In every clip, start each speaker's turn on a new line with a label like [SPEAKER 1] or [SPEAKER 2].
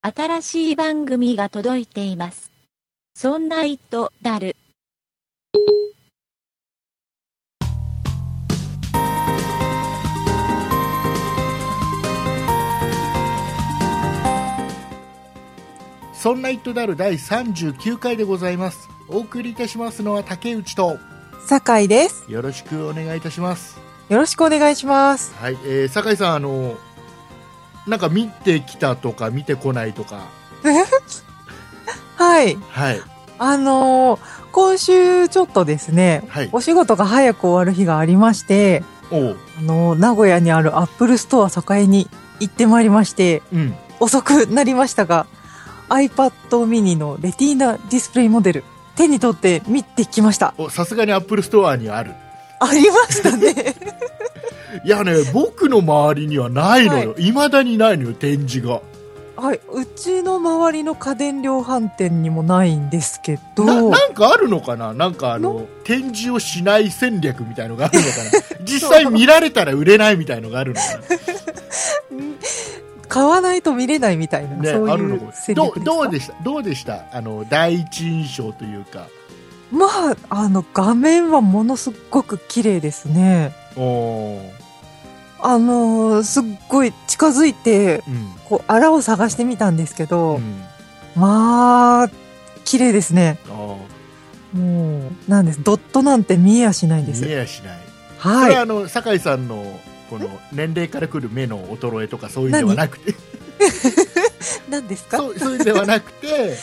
[SPEAKER 1] 新しい番組が届いています。そんな糸だる。
[SPEAKER 2] そんな「イットダル」第39回でございますお送りいたしますのは竹内と
[SPEAKER 3] 酒井です。
[SPEAKER 2] よろしくお願いいたします
[SPEAKER 3] よろしくお願いします。
[SPEAKER 2] はい、えー、酒井さんあのなんか見てきたとか見てこないとか
[SPEAKER 3] はい。
[SPEAKER 2] はい
[SPEAKER 3] あのー今週ちょっとですね、
[SPEAKER 2] はい
[SPEAKER 3] お仕事が早く終わる日がありまして、
[SPEAKER 2] おう
[SPEAKER 3] あのー名古屋にあるアップルストア栄に行ってまいりまして、
[SPEAKER 2] うん
[SPEAKER 3] 遅くなりましたが、iPad mini のレティーナディスプレイモデル、手に取って見てきました。
[SPEAKER 2] おさすがにアップルストアにある
[SPEAKER 3] ありましたね。
[SPEAKER 2] いやね僕の周りにはないのよ、いまだにないのよ展示が
[SPEAKER 3] はい。うちの周りの家電量販店にもないんですけ
[SPEAKER 2] な
[SPEAKER 3] ど、
[SPEAKER 2] なんかあるのかななんかあの展示をしない戦略みたいのがあるの かな実際見られたら売れないみたいのがあるのかな
[SPEAKER 3] 買わないと見れないみたいな、
[SPEAKER 2] ね、
[SPEAKER 3] そう
[SPEAKER 2] ある
[SPEAKER 3] い
[SPEAKER 2] の
[SPEAKER 3] う
[SPEAKER 2] かも
[SPEAKER 3] 戦略ですか
[SPEAKER 2] どうどうでしたどうでしたあの第一印象というか
[SPEAKER 3] まあ、あの、画面はものすっごく綺麗ですね。
[SPEAKER 2] おー
[SPEAKER 3] あのーすっごい近づいて、
[SPEAKER 2] うん
[SPEAKER 3] こう、あらを探してみたんですけど、
[SPEAKER 2] うん
[SPEAKER 3] まあ、綺麗ですね。
[SPEAKER 2] あー
[SPEAKER 3] もう、なんです。ドットなんて見えやしないんで
[SPEAKER 2] 見
[SPEAKER 3] す。
[SPEAKER 2] えやしない、これ
[SPEAKER 3] は
[SPEAKER 2] あの酒井さんのこの年齢からくる目の衰えとかそういうではなくて
[SPEAKER 3] い。なんですか
[SPEAKER 2] そうそういうではな くて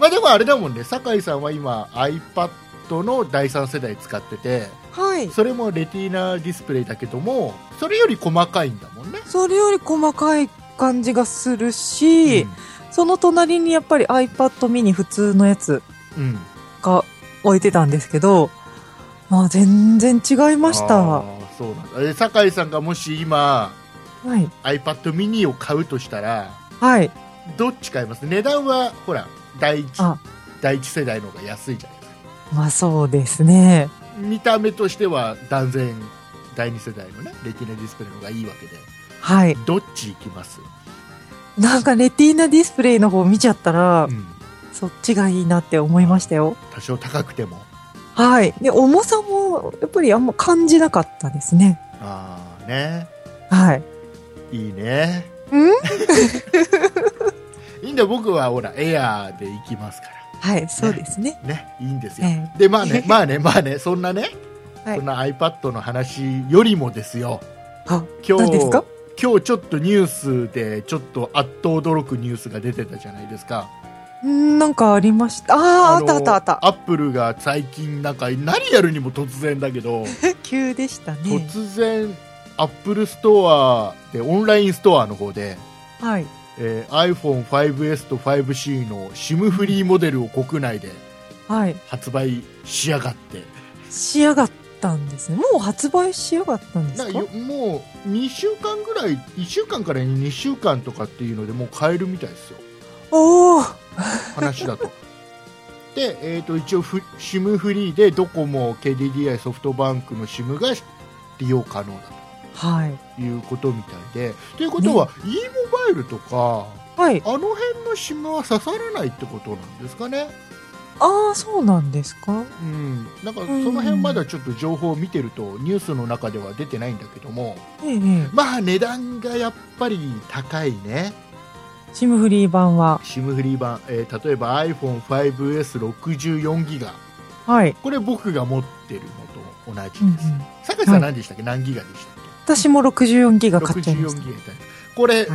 [SPEAKER 2] まあでもあれだもんね酒井さんは今 iPad の第3世代使ってて
[SPEAKER 3] はい。
[SPEAKER 2] それもレティーナディスプレイだけどもそれより細かいんだもんね、
[SPEAKER 3] それより細かい感じがするし、その隣にやっぱり iPad mini 普通のやつ
[SPEAKER 2] うんうん、
[SPEAKER 3] が置いてたんですけど、まあ、全然違いました。
[SPEAKER 2] あ
[SPEAKER 3] は
[SPEAKER 2] ーそうなんだえ酒井さんがもし今
[SPEAKER 3] い。
[SPEAKER 2] iPad mini を買うとしたら
[SPEAKER 3] はい。
[SPEAKER 2] どっち買います値段はほら第一
[SPEAKER 3] あ
[SPEAKER 2] 第一世代の方が安いじゃないですか
[SPEAKER 3] まあそうですね。
[SPEAKER 2] 見た目としては断然第二世代のねレティナディスプレイの方がいいわけで
[SPEAKER 3] はい。
[SPEAKER 2] どっち行きます、
[SPEAKER 3] なんかレティーナディスプレイの方見ちゃったら、
[SPEAKER 2] うん
[SPEAKER 3] そっちがいいなって思いましたよ。
[SPEAKER 2] 多少高くても
[SPEAKER 3] はい。で、重さも、やっぱりあんま感じなかったですね。
[SPEAKER 2] ああね
[SPEAKER 3] はい。
[SPEAKER 2] いいね
[SPEAKER 3] ん
[SPEAKER 2] いいんだよ僕はほらエアーで行きますか
[SPEAKER 3] はい、そうですね。
[SPEAKER 2] らねいいんですよ、
[SPEAKER 3] え
[SPEAKER 2] でまあねまあねまあねそんなね、
[SPEAKER 3] はい
[SPEAKER 2] そんな iPad の話よりもですよ
[SPEAKER 3] あ、
[SPEAKER 2] 今
[SPEAKER 3] 何
[SPEAKER 2] 日
[SPEAKER 3] ですか
[SPEAKER 2] 今日ちょっとニュースでちょっとあっと驚くニュースが出てたじゃないですか
[SPEAKER 3] んなんかありました。ああ、あ
[SPEAKER 2] の
[SPEAKER 3] ったあったあった。
[SPEAKER 2] アップルが最近なんか何やるにも突然だけど
[SPEAKER 3] 急でしたね。
[SPEAKER 2] 突然アップルストアでオンラインストアの方で、
[SPEAKER 3] はい。
[SPEAKER 2] えー iPhone5S と 5C の SIM フリーモデルを国内で
[SPEAKER 3] はい。
[SPEAKER 2] 発売しやがって
[SPEAKER 3] 仕上がったんですね。もう発売しやがったんで
[SPEAKER 2] な
[SPEAKER 3] す
[SPEAKER 2] んか
[SPEAKER 3] か
[SPEAKER 2] よもう2週間ぐらい1週間から2週間とかっていうのでもう買えるみたいですよ
[SPEAKER 3] おお
[SPEAKER 2] 話だと。で、えー、と一応フ、SIM フリーでドコモ、KDDI、ソフトバンクの SIM が利用可能だ
[SPEAKER 3] はい。
[SPEAKER 2] ということみたいで。ということは、e モバイルとか、
[SPEAKER 3] はい。
[SPEAKER 2] あの辺の SIM は刺さらないってことなんですかね。
[SPEAKER 3] ああ、そうなんですか
[SPEAKER 2] うん、なんかその辺まだちょっと情報を見てると、ニュースの中では出てないんだけども、
[SPEAKER 3] えええ
[SPEAKER 2] まあ値段がやっぱり高いね。
[SPEAKER 3] え。シムフリー版は。
[SPEAKER 2] SIM フリー版、えー例えば iPhone5S64 ギガ。
[SPEAKER 3] はい。
[SPEAKER 2] これ僕が持ってるのと同
[SPEAKER 3] うんう
[SPEAKER 2] じ
[SPEAKER 3] ん
[SPEAKER 2] です、坂井さん
[SPEAKER 3] は
[SPEAKER 2] 何でしたっけ、何ギガでしたっ
[SPEAKER 3] 私も64ギガ
[SPEAKER 2] け
[SPEAKER 3] 買っちゃいまし
[SPEAKER 2] 64ギガみたいなこれ、
[SPEAKER 3] はい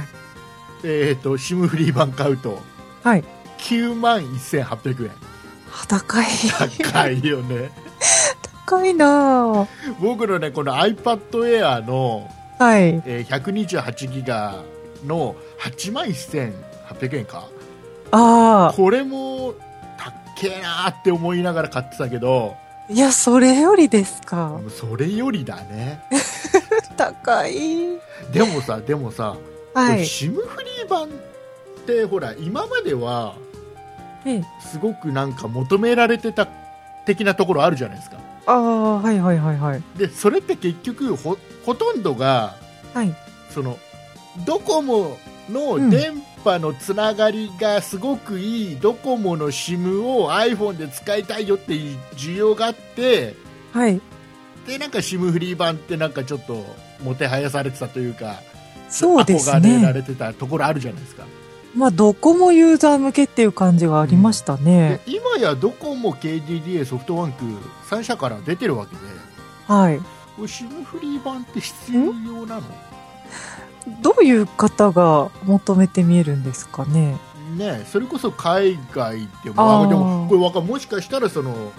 [SPEAKER 2] えっ、と SIM フリー版買うと
[SPEAKER 3] た。はい。
[SPEAKER 2] 9万1800円
[SPEAKER 3] あ高い。
[SPEAKER 2] 高いよ ね
[SPEAKER 3] 高いなぁ。
[SPEAKER 2] 僕のねこの iPadAir の、
[SPEAKER 3] はい。
[SPEAKER 2] えー128ギガの8万1800円か
[SPEAKER 3] あ
[SPEAKER 2] これもたっけえなーって思いながら買ってたけど
[SPEAKER 3] あ。いや、それよりですか。
[SPEAKER 2] もうそれよりだね
[SPEAKER 3] 高い。
[SPEAKER 2] でもさでもさ
[SPEAKER 3] はい。
[SPEAKER 2] シムフリー版ってほら今までは
[SPEAKER 3] ええ
[SPEAKER 2] すごくなんか求められてた的なところあるじゃないですか
[SPEAKER 3] ああ、はいはいはいはい。
[SPEAKER 2] でそれって結局ほほとんどが
[SPEAKER 3] はい。
[SPEAKER 2] そのドコモの
[SPEAKER 3] うん
[SPEAKER 2] 電波のつながりがすごくいいドコモの SIM を iPhone で使いたいよっていう需要があって
[SPEAKER 3] はい。
[SPEAKER 2] でなんか SIM フリー版ってなんかちょっともてはやされてたというか
[SPEAKER 3] そうです
[SPEAKER 2] 憧れら
[SPEAKER 3] ね。
[SPEAKER 2] れてたところあるじゃないですか。
[SPEAKER 3] まあ、どこもユーザー向けっていう感じがありました
[SPEAKER 2] で
[SPEAKER 3] ね。
[SPEAKER 2] 今やドコモ KDDI ソフトバンク3社から出てるわけで
[SPEAKER 3] はい。
[SPEAKER 2] これ SIM フリー版って必要なの
[SPEAKER 3] どういう方が求めてみえるんですかね。
[SPEAKER 2] ねそれこそ海外でも
[SPEAKER 3] あー
[SPEAKER 2] あでもこれわかんもしかしたらその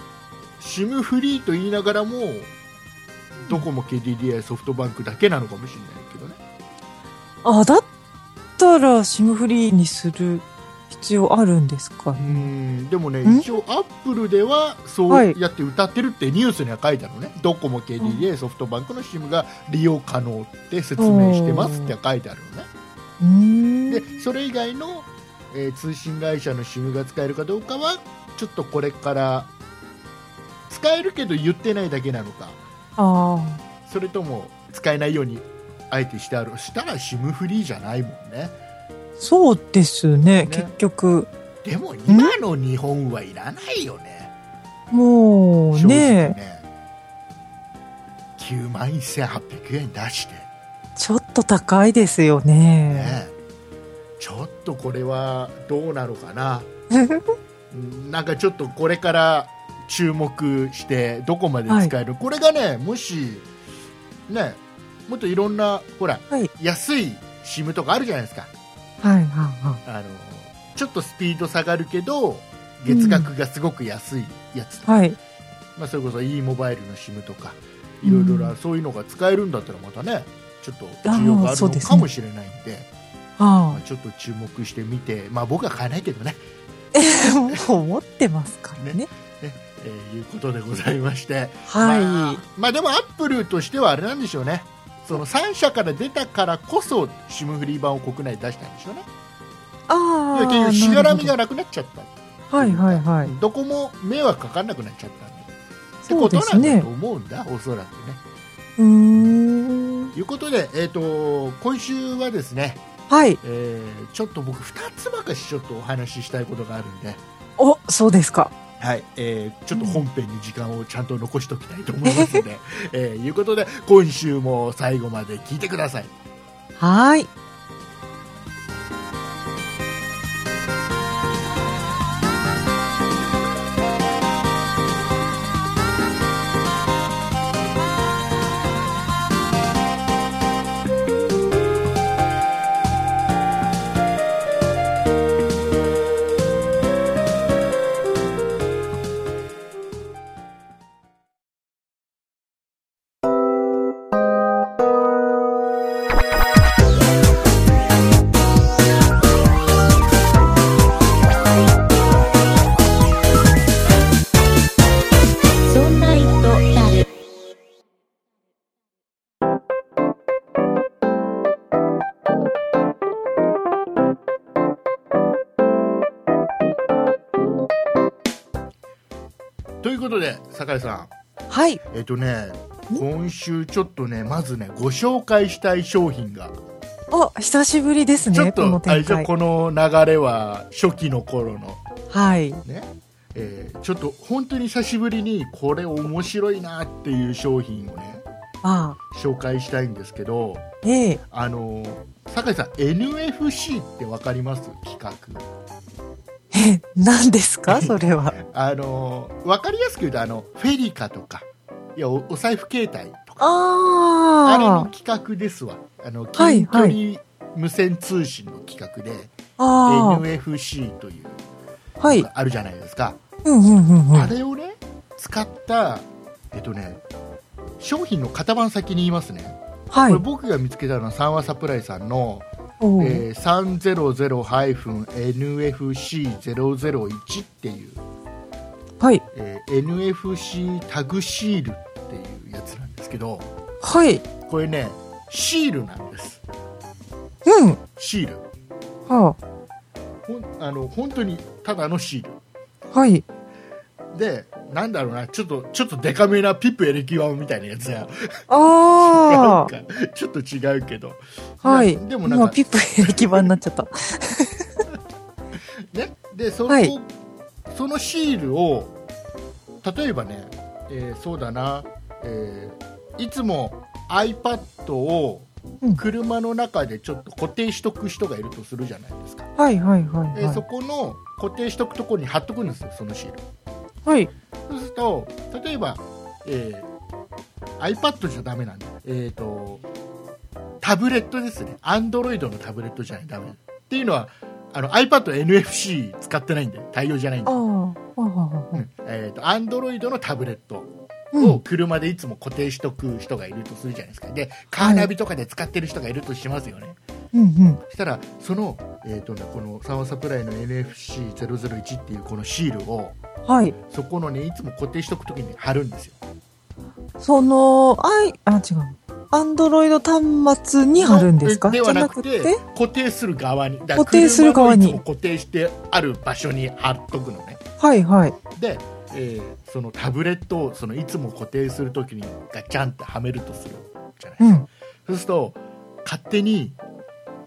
[SPEAKER 2] SIM フリーと言いながらもドコモ KDDI ソフトバンクだけなのかもしれないけどね
[SPEAKER 3] あ、だったら、シムフリーにする必要あるんですか
[SPEAKER 2] う
[SPEAKER 3] ね。
[SPEAKER 2] んでもね
[SPEAKER 3] ん
[SPEAKER 2] 一応アップルではそ
[SPEAKER 3] は
[SPEAKER 2] う
[SPEAKER 3] い
[SPEAKER 2] やって歌ってるってニュースには書いたのね、ドコモ KDDI ソフトバンクの SIM が利用可能って説明してますって書いてあるのね
[SPEAKER 3] うーん。
[SPEAKER 2] でそれ以外の、えー通信会社の SIM が使えるかどうかはちょっとこれから使えるけど言ってないだけなのか
[SPEAKER 3] あ
[SPEAKER 2] それとも使えないようにあえてしてあるしたら SIM フリーじゃないもんね
[SPEAKER 3] あ、そうですね、
[SPEAKER 2] ね
[SPEAKER 3] 結局。
[SPEAKER 2] でも今の日本はいらないよね
[SPEAKER 3] もう
[SPEAKER 2] 正直
[SPEAKER 3] ね
[SPEAKER 2] 9万1800円出して
[SPEAKER 3] ちょっと高いですよね。
[SPEAKER 2] ねちょっとこれはどうなのかなうんなんかちょっとこれから注目してどこまで使える、これがねもしねもっといろんなほら、
[SPEAKER 3] はい
[SPEAKER 2] 安い SIM とかあるじゃないですか
[SPEAKER 3] はいはいは
[SPEAKER 2] あのちょっとスピード下がるけど月額がすごく安いやつと
[SPEAKER 3] い。
[SPEAKER 2] か、
[SPEAKER 3] はい。
[SPEAKER 2] まあ、それこそ e モバイルの SIM とかいろいろ
[SPEAKER 3] う
[SPEAKER 2] なんそういうのが使えるんだったらまたねちょっと需要があ
[SPEAKER 3] あー
[SPEAKER 2] る
[SPEAKER 3] そう
[SPEAKER 2] の
[SPEAKER 3] です
[SPEAKER 2] か
[SPEAKER 3] ね
[SPEAKER 2] もしれないんで。まあ
[SPEAKER 3] は
[SPEAKER 2] ちょっと注目してみて、まあ、僕は買えないけどね、
[SPEAKER 3] あ、もう思ってますからね。
[SPEAKER 2] えーいうことでございまして、
[SPEAKER 3] はい、
[SPEAKER 2] まあまあでもアップルとしてはあれなんでしょうねその3社から出たからこそ SIM フリー版を国内に出したんでしょうね
[SPEAKER 3] ああ。
[SPEAKER 2] 結局しがらみがなくなっちゃった
[SPEAKER 3] なるほど。はいはいはい。
[SPEAKER 2] どこも迷惑かかんなくなっちゃったって
[SPEAKER 3] そ
[SPEAKER 2] こ
[SPEAKER 3] う
[SPEAKER 2] と
[SPEAKER 3] で
[SPEAKER 2] な
[SPEAKER 3] す
[SPEAKER 2] んだ
[SPEAKER 3] ね
[SPEAKER 2] と。思うんだ、おそらくね。
[SPEAKER 3] うーん。
[SPEAKER 2] ということで、えー、と今週はですね、
[SPEAKER 3] はい。
[SPEAKER 2] えーちょっと僕2つばかしちょっとお話ししたいことがあるんで、
[SPEAKER 3] お、そうですか。
[SPEAKER 2] はいえーちょっと本編に時間をちゃんと残しておきたいと思いますの で、えーいうことで今週も最後まで聞いてください
[SPEAKER 3] はい。
[SPEAKER 1] そんな糸だる。
[SPEAKER 2] ということで酒井さ
[SPEAKER 3] はい。
[SPEAKER 2] んえっ、とね今週ちょっとねまずねご紹介したい商品が、
[SPEAKER 3] あ、久しぶりです
[SPEAKER 2] ちょっ
[SPEAKER 3] ね、ことの
[SPEAKER 2] あれ
[SPEAKER 3] 展
[SPEAKER 2] じゃ
[SPEAKER 3] 開。
[SPEAKER 2] この流れは初期の頃の
[SPEAKER 3] はい。
[SPEAKER 2] ね、えーちょっと本当に久しぶりにこれ面白いなっていう商品をね
[SPEAKER 3] ああ。
[SPEAKER 2] 紹介したいんですけど
[SPEAKER 3] ええ。
[SPEAKER 2] あの酒井さん NFC ってわかります企画
[SPEAKER 3] え、何です かそれは。
[SPEAKER 2] あのー、分かりやすく言うとあのフェリカとかいやおお財布携帯とかあれの
[SPEAKER 3] あ
[SPEAKER 2] 企画ですわあの
[SPEAKER 3] はい
[SPEAKER 2] 近距
[SPEAKER 3] はい
[SPEAKER 2] 離無線通信の企画で、
[SPEAKER 3] あ。あ
[SPEAKER 2] NFC という
[SPEAKER 3] あ。はい。
[SPEAKER 2] あるじゃないですか、
[SPEAKER 3] うんうんうんう
[SPEAKER 2] あ
[SPEAKER 3] ん。
[SPEAKER 2] れをね使ったえっとね商品の型番先に言いますね、
[SPEAKER 3] は
[SPEAKER 2] これ
[SPEAKER 3] い。
[SPEAKER 2] 僕が見つけたのは三和サプライさんの、
[SPEAKER 3] おー
[SPEAKER 2] えー 300-NFC001 っていう
[SPEAKER 3] はい。
[SPEAKER 2] えー NFC タグシールっていうやつなんですけど
[SPEAKER 3] はい。
[SPEAKER 2] これねシールなんです
[SPEAKER 3] うん。
[SPEAKER 2] シールほん
[SPEAKER 3] は
[SPEAKER 2] あの本当にただのシール
[SPEAKER 3] あ。はい。
[SPEAKER 2] でなんだろうなちょっとちょっとデカめな ピップエレキワンみたいなやつや
[SPEAKER 3] あ
[SPEAKER 2] なんかちょっと違うけど、
[SPEAKER 3] あ。はい。
[SPEAKER 2] なでもなん
[SPEAKER 3] う
[SPEAKER 2] か
[SPEAKER 3] ピップ駅版になっちゃった。
[SPEAKER 2] ねでその、
[SPEAKER 3] はい
[SPEAKER 2] そのシールを例えばね、えーそうだな、えーいつも iPad を
[SPEAKER 3] うん
[SPEAKER 2] 車の中でちょっと固定しとく人がいるとするじゃないですか、
[SPEAKER 3] はいはいはい
[SPEAKER 2] で
[SPEAKER 3] は
[SPEAKER 2] そ
[SPEAKER 3] い。
[SPEAKER 2] この固定しとくところに貼っとくんですよそのシール
[SPEAKER 3] はい。
[SPEAKER 2] そうすると例えば、えー iPad じゃダメなんでえっ、とタブレットですね Android のタブレットじゃないとダメっていうのはあの iPad NFC 使ってないんで対応じゃないんで
[SPEAKER 3] ああ。ああ
[SPEAKER 2] う。んえー、と Android のタブレット
[SPEAKER 3] う
[SPEAKER 2] を
[SPEAKER 3] ん。
[SPEAKER 2] 車でいつも固定しとく人がいるとするじゃないですかでカーナビとかで使ってる人がいるとしますよね、
[SPEAKER 3] うんうん。
[SPEAKER 2] そしたらその、えーとね、このサワーサプライの NFC001 っていうこのシールを
[SPEAKER 3] はい。
[SPEAKER 2] そこのねいつも固定しとくときに貼るんですよ
[SPEAKER 3] その、あい、あ、違う。アンドロイド端末に貼るんですか
[SPEAKER 2] で
[SPEAKER 3] じ
[SPEAKER 2] は
[SPEAKER 3] ゃ
[SPEAKER 2] な
[SPEAKER 3] な
[SPEAKER 2] く
[SPEAKER 3] く
[SPEAKER 2] て
[SPEAKER 3] て
[SPEAKER 2] 固定する側にだから
[SPEAKER 3] 固定する側に
[SPEAKER 2] 車のいつも固定してある場所に貼っとくのね
[SPEAKER 3] はいはい。
[SPEAKER 2] で、えーそのタブレットをそのいつも固定するときにガチャンってはめるとするじゃないですか、
[SPEAKER 3] うん。
[SPEAKER 2] そうすると勝手に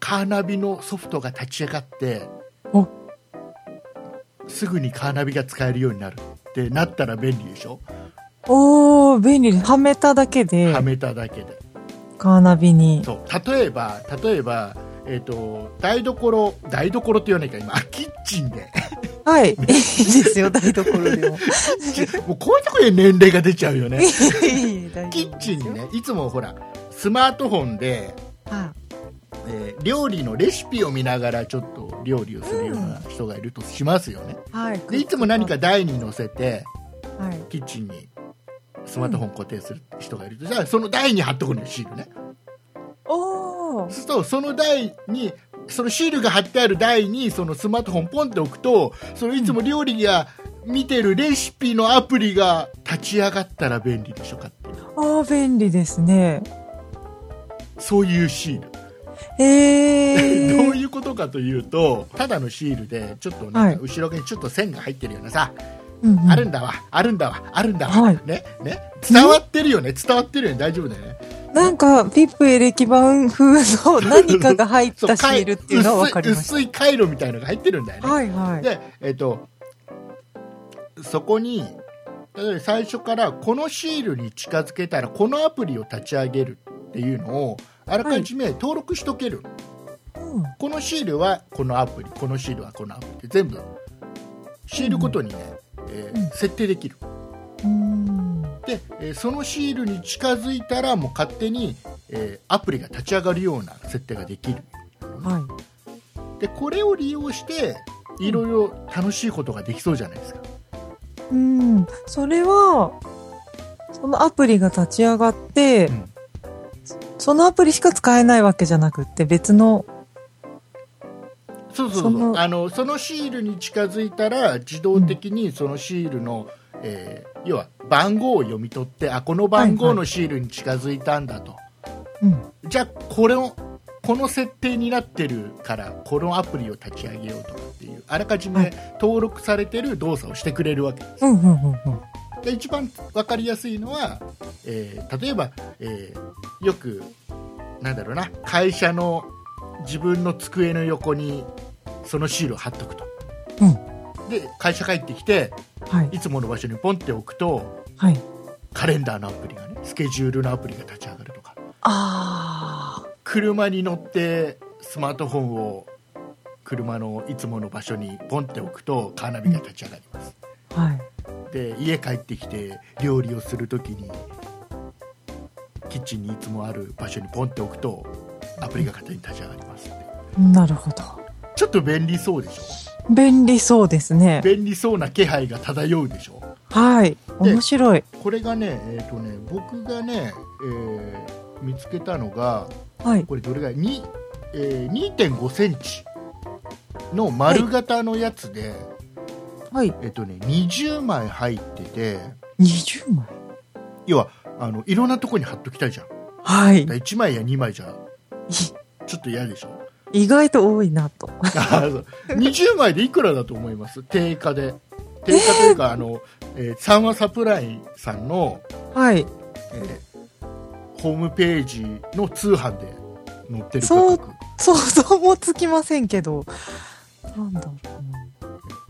[SPEAKER 2] カーナビのソフトが立ち上がって
[SPEAKER 3] お
[SPEAKER 2] すぐにカーナビが使えるようになるってなったら便利でしょ、
[SPEAKER 3] おー、便利です。はめただけで
[SPEAKER 2] は、めただけで
[SPEAKER 3] カーナビに。
[SPEAKER 2] そう例えば例えば、えー、と台所台所って言わなきゃ今キッチンで
[SPEAKER 3] はい。いい ですよ、台所で も。
[SPEAKER 2] もうこういうところで年齢が出ちゃうよね
[SPEAKER 3] いい、大
[SPEAKER 2] キ
[SPEAKER 3] 丈
[SPEAKER 2] ッ
[SPEAKER 3] 夫。
[SPEAKER 2] チンにねいつもほらスマートフォンで、
[SPEAKER 3] は
[SPEAKER 2] えー料理のレシピを見ながらちょっと料理をするような人がいるとしますよね、
[SPEAKER 3] い。はい。
[SPEAKER 2] でいつも何か。台に乗せて
[SPEAKER 3] はい。
[SPEAKER 2] キッチンにスマートフォン固定する人がいると、じゃあその台に貼っとくのよシールね
[SPEAKER 3] お
[SPEAKER 2] そ
[SPEAKER 3] ー。
[SPEAKER 2] うするとその台にそのシールが貼ってある台にそのスマートフォンポンって置くとそのいつも料理が見てるレシピのアプリが立ち上がったら便利でしょかっていう
[SPEAKER 3] あー、便利ですね。
[SPEAKER 2] そういうシール、
[SPEAKER 3] えー。
[SPEAKER 2] どういうことかというとただのシールでちょっと
[SPEAKER 3] は
[SPEAKER 2] なん
[SPEAKER 3] い
[SPEAKER 2] か後ろにちょっと線が入ってるようなさ、
[SPEAKER 3] うんうん
[SPEAKER 2] あるんだわあるんだわあるんだわ、
[SPEAKER 3] はい
[SPEAKER 2] ねね伝わってるよね伝わってるよね大丈夫だよね
[SPEAKER 3] なんか、ピップエレキ版風の 何かが入っ
[SPEAKER 2] そう
[SPEAKER 3] たシールっていうのは分かりまし
[SPEAKER 2] 薄い薄い回路みたいのが入ってるんだよ
[SPEAKER 3] た。
[SPEAKER 2] ね、
[SPEAKER 3] はいはい。
[SPEAKER 2] で、えっとそこに例えば最初からこのシールに近づけたらこのアプリを立ち上げるっていうのをあらかじめ登録しとける、
[SPEAKER 3] うん
[SPEAKER 2] このシールはこのアプリこのシールはこのアプリって全部シールごとにね、えー
[SPEAKER 3] うん
[SPEAKER 2] 設定できる
[SPEAKER 3] うん。
[SPEAKER 2] で、えーそのシールに近づいたらもう勝手に、えーアプリが立ち上がるような設定ができる
[SPEAKER 3] はい。
[SPEAKER 2] でこれを利用していろいろ楽しいことができそうじゃないですか、
[SPEAKER 3] うん、それは、そのアプリが立ち上がって、
[SPEAKER 2] うん
[SPEAKER 3] そのアプリしか使えないわけじゃなくって、別の、
[SPEAKER 2] そうそうそ
[SPEAKER 3] そうの
[SPEAKER 2] あのそのシールに近づいたら自動的にそのシールの、えー要は番号を読み取ってあこの番号のシールに近づいたんだと、
[SPEAKER 3] うん、
[SPEAKER 2] じゃあこれをこの設定になってるからこのアプリを立ち上げようとかっていうあらかじ
[SPEAKER 3] は
[SPEAKER 2] め
[SPEAKER 3] い
[SPEAKER 2] 登録されてる動作をしてくれるわけです
[SPEAKER 3] うん、うん、うん、うん。
[SPEAKER 2] で一番分かりやすいのは、えー例えば、えーよくなんだろうな会社の自分の机の横にそのシールを貼っとくと、で会社帰ってきて
[SPEAKER 3] はい、
[SPEAKER 2] いつもの場所にポンって置くと
[SPEAKER 3] はい。
[SPEAKER 2] カレンダーのアプリがねスケジュールのアプリが立ち上がるとか
[SPEAKER 3] あ
[SPEAKER 2] 車に乗ってスマートフォンを車のいつもの場所にポンって置くとカーナビが立ち上がります、
[SPEAKER 3] ー、はい。
[SPEAKER 2] で家帰ってきて料理をするときにキッチンにいつもある場所にポンって置くとアプリが勝手に立ち上がります
[SPEAKER 3] なるほど。
[SPEAKER 2] ちょっと便利そうでしょ
[SPEAKER 3] 便利そうですね。
[SPEAKER 2] 便利そうな気配が漂うでしょ
[SPEAKER 3] はい。
[SPEAKER 2] で
[SPEAKER 3] 面白い。
[SPEAKER 2] これがねえっ、とね僕がね、えー見つけたのが
[SPEAKER 3] はい。
[SPEAKER 2] これどれぐらいに、えー2.5センチの丸型のやつで、
[SPEAKER 3] はい。
[SPEAKER 2] えっとね20枚入ってて
[SPEAKER 3] 20枚
[SPEAKER 2] 要はあのいろんなとこに貼っときたいじゃん
[SPEAKER 3] はい。
[SPEAKER 2] 1枚や2枚じゃちょっと嫌でしょ
[SPEAKER 3] 意外と多いなと。
[SPEAKER 2] あーそう20枚でいくらだと思います定価で定価というか、あの、えー、サンワサプライさんの、
[SPEAKER 3] はい。
[SPEAKER 2] えーホームページの通販で乗ってる
[SPEAKER 3] そ
[SPEAKER 2] 価
[SPEAKER 3] う
[SPEAKER 2] 格
[SPEAKER 3] 想像もつきませんけど、なんだろ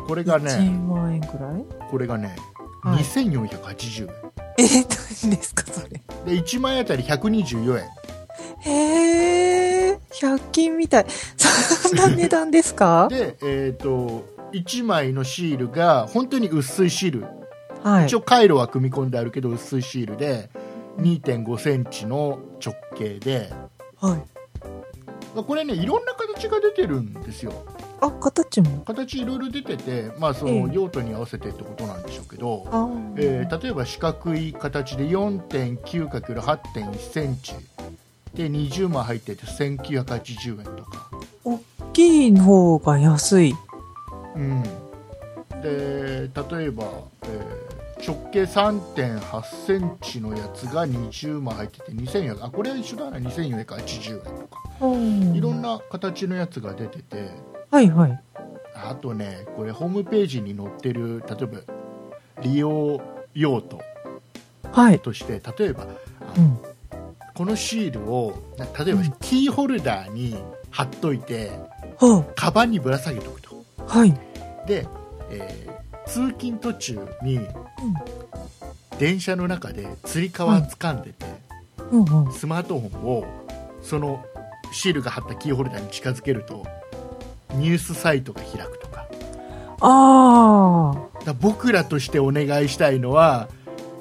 [SPEAKER 3] う
[SPEAKER 2] これ
[SPEAKER 3] な。
[SPEAKER 2] がね
[SPEAKER 3] 1万円くらい
[SPEAKER 2] これがね
[SPEAKER 3] はい
[SPEAKER 2] 2480円
[SPEAKER 3] えー、何ですか、それ。
[SPEAKER 2] で1万円あたり124円
[SPEAKER 3] へえ、100均みたい。 そんな値段ですか
[SPEAKER 2] でえっ、と1枚のシールが本当に薄いシール
[SPEAKER 3] はい
[SPEAKER 2] 一。応回路は組み込んであるけど薄いシールで2.5センチの直径で、
[SPEAKER 3] はい。
[SPEAKER 2] まあ、これねいろんな形が出てるんですよ
[SPEAKER 3] あ、形も。
[SPEAKER 2] 形いろいろ出てて、まあ、そ
[SPEAKER 3] え
[SPEAKER 2] の
[SPEAKER 3] え
[SPEAKER 2] 用途に合わせてってことなんでしょうけど、
[SPEAKER 3] あ
[SPEAKER 2] えー例えば四角い形で 4.9×8.1 センチで20枚入ってて1980円とか、
[SPEAKER 3] 大きい方が安い。
[SPEAKER 2] うん、で例えば、えー直径3.8センチのやつが20枚入ってて2400あこれは一緒だな2480円とかいろんな形のやつが出てて
[SPEAKER 3] はいはい。
[SPEAKER 2] あとねこれホームページに載ってる例えば利用用途
[SPEAKER 3] はい。
[SPEAKER 2] として例えばあ
[SPEAKER 3] うん。
[SPEAKER 2] このシールをな例えば
[SPEAKER 3] うん
[SPEAKER 2] キーホルダーに貼っといて
[SPEAKER 3] は
[SPEAKER 2] カバンにぶら下げとくと
[SPEAKER 3] あ、はい。
[SPEAKER 2] で、えー通勤途中に電車の中でつり革掴んでて、
[SPEAKER 3] うんうん。
[SPEAKER 2] スマートフォンをそのシールが貼ったキーホルダーに近づけるとニュースサイトが開くとか
[SPEAKER 3] あ
[SPEAKER 2] だから僕らとしてお願いしたいのは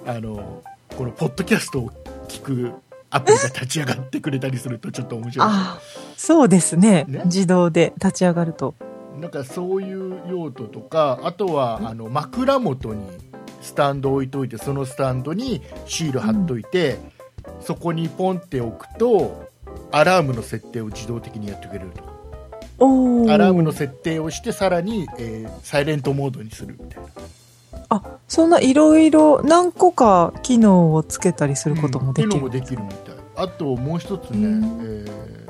[SPEAKER 2] あのこのポッドキャストを聞くアプリが立ち上がってくれたりするとちょっと面
[SPEAKER 3] あ。
[SPEAKER 2] 白いですね
[SPEAKER 3] ああ。そうですね
[SPEAKER 2] ね
[SPEAKER 3] 自動で立ち上がると。
[SPEAKER 2] なんかそういう用途とかあとはあの枕元にスタンド置いといてそのスタンドにシール貼っといて、そこにポンって置くとアラームの設定を自動的にやってくれるとか
[SPEAKER 3] おお。
[SPEAKER 2] アラームの設定をしてさらに、えーサイレントモードにするみたいな
[SPEAKER 3] あ、そんないろいろ何個か機能をつけたりすることもでき
[SPEAKER 2] うんっていうのもで
[SPEAKER 3] る。
[SPEAKER 2] きるみたいあともう一つね、
[SPEAKER 3] う
[SPEAKER 2] えー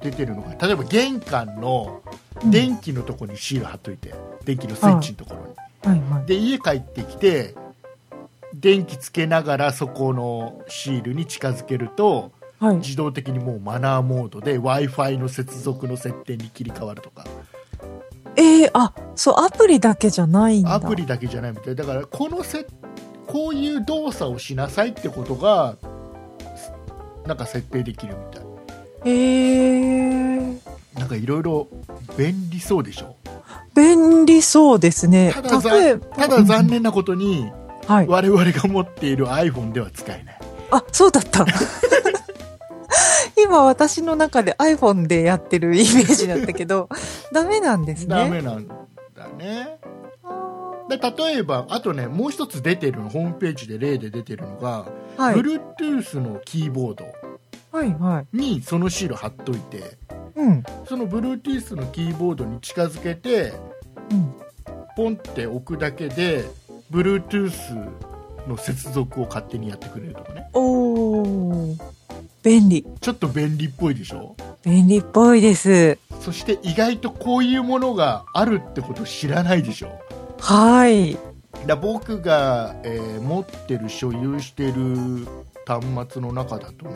[SPEAKER 2] 出てるのが例えば玄関の
[SPEAKER 3] うん
[SPEAKER 2] 電気のとこにシール貼っといて、電気のスイッチのところに。
[SPEAKER 3] はいはい。
[SPEAKER 2] で家帰ってきて電気つけながらそこのシールに近づけると
[SPEAKER 3] はい。
[SPEAKER 2] 自動的にもうマナーモードで w i f i の接続の設定に切り替わるとか
[SPEAKER 3] えー、あ、そう、アプリだけじゃないんだ。
[SPEAKER 2] アプリだけじゃないみたいだからこのせこういう動作をしなさいってことがすなんか設定できるみたい
[SPEAKER 3] えー、
[SPEAKER 2] なんかいろいろ便利そうでしょ
[SPEAKER 3] 便利そうですね。
[SPEAKER 2] ただざ
[SPEAKER 3] 例えば
[SPEAKER 2] ただ残。念なことに
[SPEAKER 3] うんはい。
[SPEAKER 2] 我々が持っている iPhone では使えない
[SPEAKER 3] あ、そうだった。今私の中で iPhone でやってるイメージだった けど、ダメなんですね。
[SPEAKER 2] ダメなんだねで例えばあとねもう一つ出てるのホームページで例で出てるのが、
[SPEAKER 3] はい。
[SPEAKER 2] Bluetooth のキーボード
[SPEAKER 3] はいはい。
[SPEAKER 2] にそのシール貼っといて
[SPEAKER 3] うん。
[SPEAKER 2] その Bluetooth のキーボードに近づけて
[SPEAKER 3] うん、
[SPEAKER 2] ポンって置くだけで Bluetooth の接続を勝手にやってくれるとかね
[SPEAKER 3] おー。便利。
[SPEAKER 2] ちょっと便利っぽいでしょ
[SPEAKER 3] 便利っぽいです。
[SPEAKER 2] そして意外とこういうものがあるってこと知らないでしょ
[SPEAKER 3] はい。
[SPEAKER 2] だ僕が、えー持ってる所有してる端末の中だとね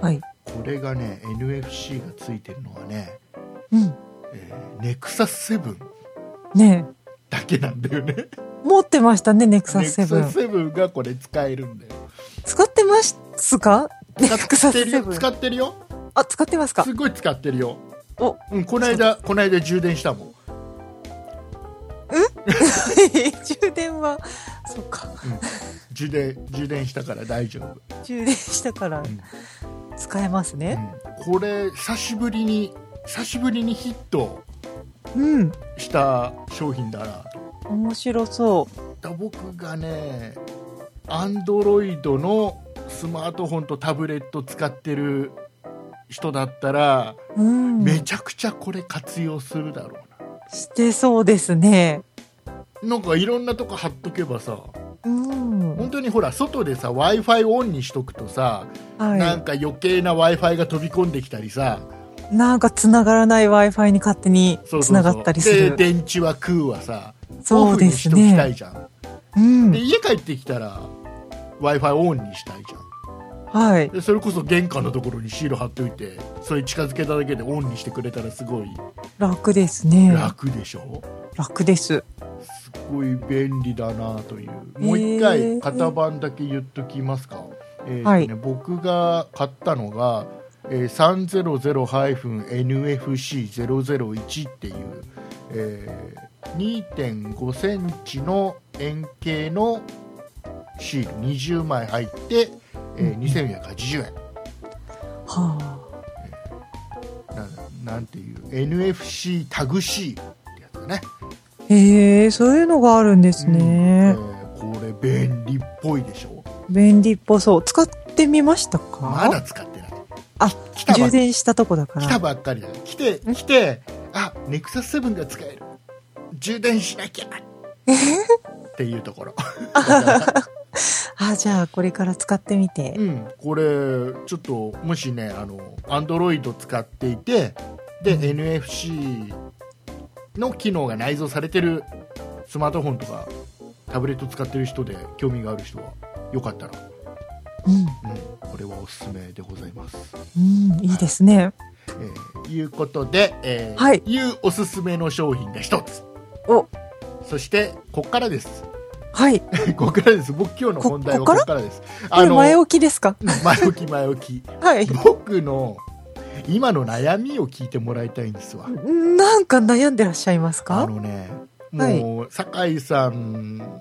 [SPEAKER 3] はい。
[SPEAKER 2] これがね NFC がついてるのはね、
[SPEAKER 3] うん。
[SPEAKER 2] えー、ネクサス7
[SPEAKER 3] ねえ
[SPEAKER 2] だけなんだよねネク
[SPEAKER 3] 持ってましたね、ネクサス
[SPEAKER 2] サス
[SPEAKER 3] 7。
[SPEAKER 2] 7がこれ使えるんだよ
[SPEAKER 3] 使ってますかネク
[SPEAKER 2] 使
[SPEAKER 3] サ
[SPEAKER 2] って
[SPEAKER 3] ス
[SPEAKER 2] るよ使
[SPEAKER 3] 7。
[SPEAKER 2] ってるよ
[SPEAKER 3] あ、使ってますか
[SPEAKER 2] すごい使ってるよ
[SPEAKER 3] お、
[SPEAKER 2] うん、この間この間充電したもん、
[SPEAKER 3] 充電は、そっか。
[SPEAKER 2] 充電充電したから大丈夫、
[SPEAKER 3] 充電したから
[SPEAKER 2] うん
[SPEAKER 3] 使えますね。
[SPEAKER 2] うんこれ久しぶりに久しぶりにヒット
[SPEAKER 3] うん。
[SPEAKER 2] した商品だなと
[SPEAKER 3] 面白そ
[SPEAKER 2] だ僕がねアンドロイドのスマートフォンとタブレット使ってる人だったら、
[SPEAKER 3] う。うん。
[SPEAKER 2] めちゃくちゃこれ活用するだろ
[SPEAKER 3] してそうですね。
[SPEAKER 2] うななんかいろんなとこ貼っとけばさ
[SPEAKER 3] うん。
[SPEAKER 2] 本当にほら外でさ w i f i オンにしとくとさ、なん
[SPEAKER 3] は
[SPEAKER 2] か余計な w i f i が飛び込んできたりさ
[SPEAKER 3] い。なんか繋がらない Wi-Fi に勝手に
[SPEAKER 2] そうそう
[SPEAKER 3] 繋が
[SPEAKER 2] そう
[SPEAKER 3] ったりする。
[SPEAKER 2] で電池は食うわさ
[SPEAKER 3] そ
[SPEAKER 2] オ
[SPEAKER 3] う
[SPEAKER 2] フ
[SPEAKER 3] で
[SPEAKER 2] にし
[SPEAKER 3] す
[SPEAKER 2] ときたい
[SPEAKER 3] ね。
[SPEAKER 2] じゃん、
[SPEAKER 3] うん。
[SPEAKER 2] で家帰ってきたら w i f i オンにしたいじゃん
[SPEAKER 3] はい。
[SPEAKER 2] でそれこそ玄関のところにシール貼っておいてそれ近づけただけでオンにしてくれたらすごい
[SPEAKER 3] 楽ですね。
[SPEAKER 2] 楽でしょ、
[SPEAKER 3] 楽です。
[SPEAKER 2] すごい便利だなというもう一回型番だけ言っときますか、えーとね
[SPEAKER 3] はい
[SPEAKER 2] 僕が買ったのが、えー 300-NFC001 っていう、えー2.5センチの円形のシール20枚入って、えー2480円
[SPEAKER 3] は
[SPEAKER 2] ななんていう NFC タグ C ってやつだね
[SPEAKER 3] あ。へえ、そういうのがあるんですね。
[SPEAKER 2] うんえーこれ便利っぽいでしょ
[SPEAKER 3] 便利っぽそう。使ってみましたか
[SPEAKER 2] まだ使ってない
[SPEAKER 3] あ、
[SPEAKER 2] 来たばっ
[SPEAKER 3] 充電したとこだか
[SPEAKER 2] 来た
[SPEAKER 3] ら。
[SPEAKER 2] ばっかりだ来て来てあネクサス7が使える充電しなきゃっていうとこ ろ
[SPEAKER 3] あ、じゃあこれから使ってみて。
[SPEAKER 2] うんこれちょっともしねあのアンドロイド使っていてで、
[SPEAKER 3] うん
[SPEAKER 2] NFC の機能が内蔵されてるスマートフォンとかタブレット使ってる人で興味がある人はよかったら、
[SPEAKER 3] うん。
[SPEAKER 2] うん、これはおすすめでございます
[SPEAKER 3] うん、いいですね。
[SPEAKER 2] えーいうことで、えー
[SPEAKER 3] はい
[SPEAKER 2] いうおすすめの商品が一つ
[SPEAKER 3] お、
[SPEAKER 2] そしてこっからです
[SPEAKER 3] はい。こ
[SPEAKER 2] こっからです僕今日の本題はこ
[SPEAKER 3] ここ
[SPEAKER 2] っ
[SPEAKER 3] っ
[SPEAKER 2] からです
[SPEAKER 3] れ前置きですか
[SPEAKER 2] 前置き前置 き
[SPEAKER 3] はい。
[SPEAKER 2] 僕の今の悩みを聞いてもらいたいんですわ
[SPEAKER 3] なんか悩んでらっしゃいます
[SPEAKER 2] あ
[SPEAKER 3] か
[SPEAKER 2] のねもう、酒井さん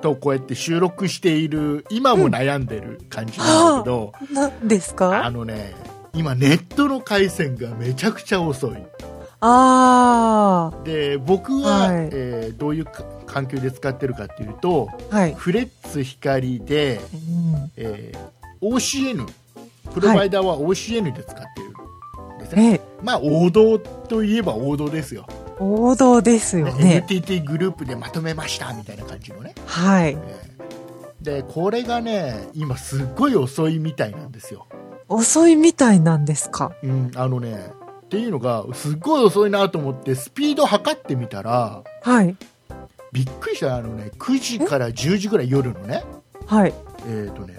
[SPEAKER 2] とこうやって収録している今も悩んでる感じなんだけど、
[SPEAKER 3] なんです
[SPEAKER 2] あ
[SPEAKER 3] か
[SPEAKER 2] のね今ネットの回線がめちゃくちゃ遅い
[SPEAKER 3] あ
[SPEAKER 2] で僕は、
[SPEAKER 3] はい
[SPEAKER 2] えーどういうか環境で使ってるかっていうと
[SPEAKER 3] あ。はい。
[SPEAKER 2] フレッツ光で、
[SPEAKER 3] うん
[SPEAKER 2] えー OCN プロバイダーは OCN で使ってるんですね、
[SPEAKER 3] ええ、
[SPEAKER 2] まあ王道といえば王道ですよ、
[SPEAKER 3] 王道ですよね。
[SPEAKER 2] NTT グループでまとめましたみたいな感じのね、
[SPEAKER 3] はい
[SPEAKER 2] え。ーでこれがね今すっごい遅いみたいなんですよ、
[SPEAKER 3] 遅いみたいなんですか。
[SPEAKER 2] うん、あのねっていうのがすっごい遅いなと思ってスピード測ってみたら
[SPEAKER 3] はい。
[SPEAKER 2] びっくりしたあのね9時から10時ぐらい夜のね
[SPEAKER 3] はい。
[SPEAKER 2] えっ、とね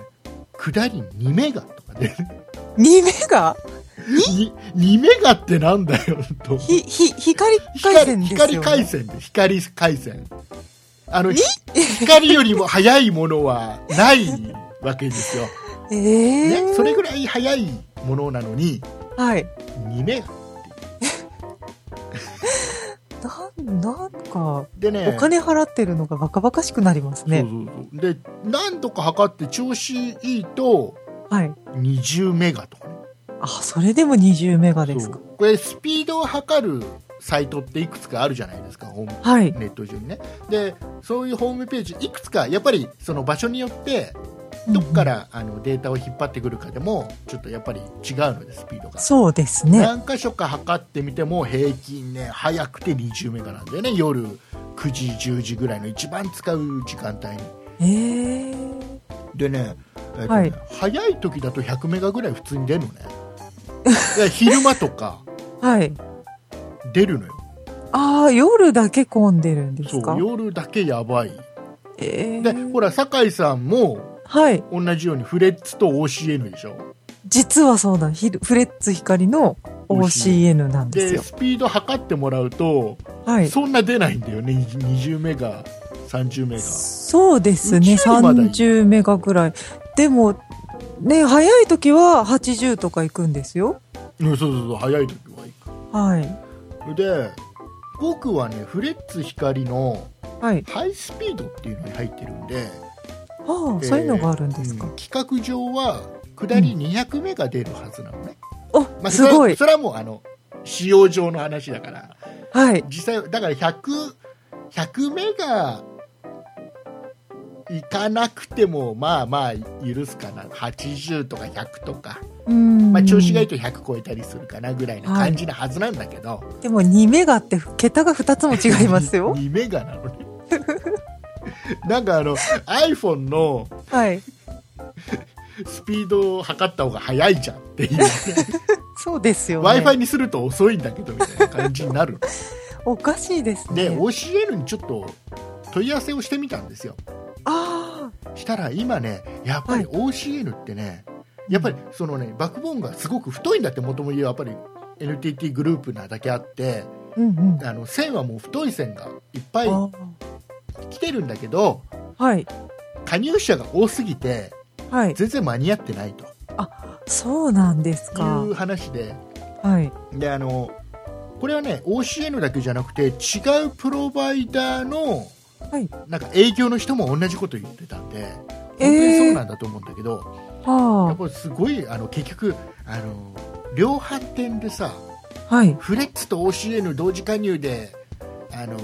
[SPEAKER 2] 下り2メガとかで、
[SPEAKER 3] 2メガ
[SPEAKER 2] に2メガってなんだよと
[SPEAKER 3] ひ、ひ、光
[SPEAKER 2] 光
[SPEAKER 3] 回線ですよ、ね。
[SPEAKER 2] 光回線で光回線あのひ光よりも速いものはないわけですよ、
[SPEAKER 3] ええ
[SPEAKER 2] ね、それぐらい速いものなのに
[SPEAKER 3] はい。
[SPEAKER 2] 2メガ
[SPEAKER 3] なん、なんか、
[SPEAKER 2] でね
[SPEAKER 3] お金払ってるのがバカバカしくなります
[SPEAKER 2] そう
[SPEAKER 3] ね。
[SPEAKER 2] そうそうで何度か測って調子いいと
[SPEAKER 3] はい。
[SPEAKER 2] 20メガとかね
[SPEAKER 3] あ、それでも20メガですか
[SPEAKER 2] そ。うこれスピードを測るサイトっていくつかあるじゃないですかホーム
[SPEAKER 3] はい。
[SPEAKER 2] ネット上にねでそういうホームページいくつかやっぱりその場所によってどこか
[SPEAKER 3] うん
[SPEAKER 2] らあのデータを引っ張ってくるかでもちょっとやっぱり違うのでスピードが、
[SPEAKER 3] そうですね。
[SPEAKER 2] 何箇所か測ってみても平均ね早くて20メガなんでね夜9時10時ぐらいの一番使う時間帯に
[SPEAKER 3] ええ
[SPEAKER 2] でね,、えっとね
[SPEAKER 3] はい
[SPEAKER 2] 早い時だと100メガぐらい普通に出るのねで昼間とか
[SPEAKER 3] はい。
[SPEAKER 2] 出るのよ
[SPEAKER 3] ああ、夜だけ混んでるんです
[SPEAKER 2] そ
[SPEAKER 3] か
[SPEAKER 2] う夜だけやばい
[SPEAKER 3] ええ
[SPEAKER 2] でほら酒井さんも
[SPEAKER 3] はい。
[SPEAKER 2] 同じようにフレッツと OCN でしょ
[SPEAKER 3] 実はそうだ。ヒルフレッツ光の OCN なんです
[SPEAKER 2] で
[SPEAKER 3] よ。
[SPEAKER 2] スピード測ってもらうと、
[SPEAKER 3] はい。
[SPEAKER 2] そんな出ないんだよね20メガ30メガ
[SPEAKER 3] そうですね。
[SPEAKER 2] うちよりまだいい
[SPEAKER 3] 30メガぐらい。でも、ね、早い時は80とか行くんですよ。
[SPEAKER 2] うんそうそうそう早い時は
[SPEAKER 3] はい。
[SPEAKER 2] 行くで僕はねフレッツ光の
[SPEAKER 3] はい。
[SPEAKER 2] ハイスピードっていうのに入ってるんで
[SPEAKER 3] ああ、そういうのがあるんですか。
[SPEAKER 2] うん規格上は下り200メガ出るはずなのね、
[SPEAKER 3] お、
[SPEAKER 2] そ
[SPEAKER 3] す
[SPEAKER 2] れは
[SPEAKER 3] ごい。
[SPEAKER 2] それはもうあの使用上の話だから
[SPEAKER 3] はい。
[SPEAKER 2] 実際だから100 100メガいかなくてもまあまあ許すかな80とか100とか、
[SPEAKER 3] うん。
[SPEAKER 2] まあ、調子がいいと100超えたりするかなぐらいな感じなはずなんだけど、
[SPEAKER 3] でも2メガって桁が2つも違いますよ。
[SPEAKER 2] 2メガなのね なんかあの iPhone の
[SPEAKER 3] はい。
[SPEAKER 2] スピードを測った方が早いじゃんって いう、ね、
[SPEAKER 3] そうですよ
[SPEAKER 2] w
[SPEAKER 3] ね。
[SPEAKER 2] i f i にすると遅いんだけどみたいな感じになる
[SPEAKER 3] おかしいです
[SPEAKER 2] ので
[SPEAKER 3] ね。
[SPEAKER 2] OCL にちょっと問い合わせをしてみたんですよ
[SPEAKER 3] ああ、
[SPEAKER 2] したら今ねやっぱり OCN ってね、やっぱりそのねバックボーンがすごく太いんだってもともとやっぱり NTT グループなだけあって
[SPEAKER 3] うんうん。
[SPEAKER 2] あの線はもう太い線がいっぱい
[SPEAKER 3] あ
[SPEAKER 2] 来てるんだけど
[SPEAKER 3] はい。
[SPEAKER 2] 加入者が多すぎて
[SPEAKER 3] はい。
[SPEAKER 2] 全然間に合ってないと
[SPEAKER 3] そうなんですか
[SPEAKER 2] いう。話で
[SPEAKER 3] はい。
[SPEAKER 2] であのこれはね OCN だけじゃなくて違うプロバイダーの
[SPEAKER 3] はい
[SPEAKER 2] なんか営業の人も同じこと言ってたんで本当
[SPEAKER 3] え
[SPEAKER 2] にそう
[SPEAKER 3] えー。
[SPEAKER 2] なんだと思うんだけど、やっ
[SPEAKER 3] は
[SPEAKER 2] ぱりすごいあの結局あの量販店でさ
[SPEAKER 3] あ。はい。
[SPEAKER 2] フレッツと OCN 同時加入であの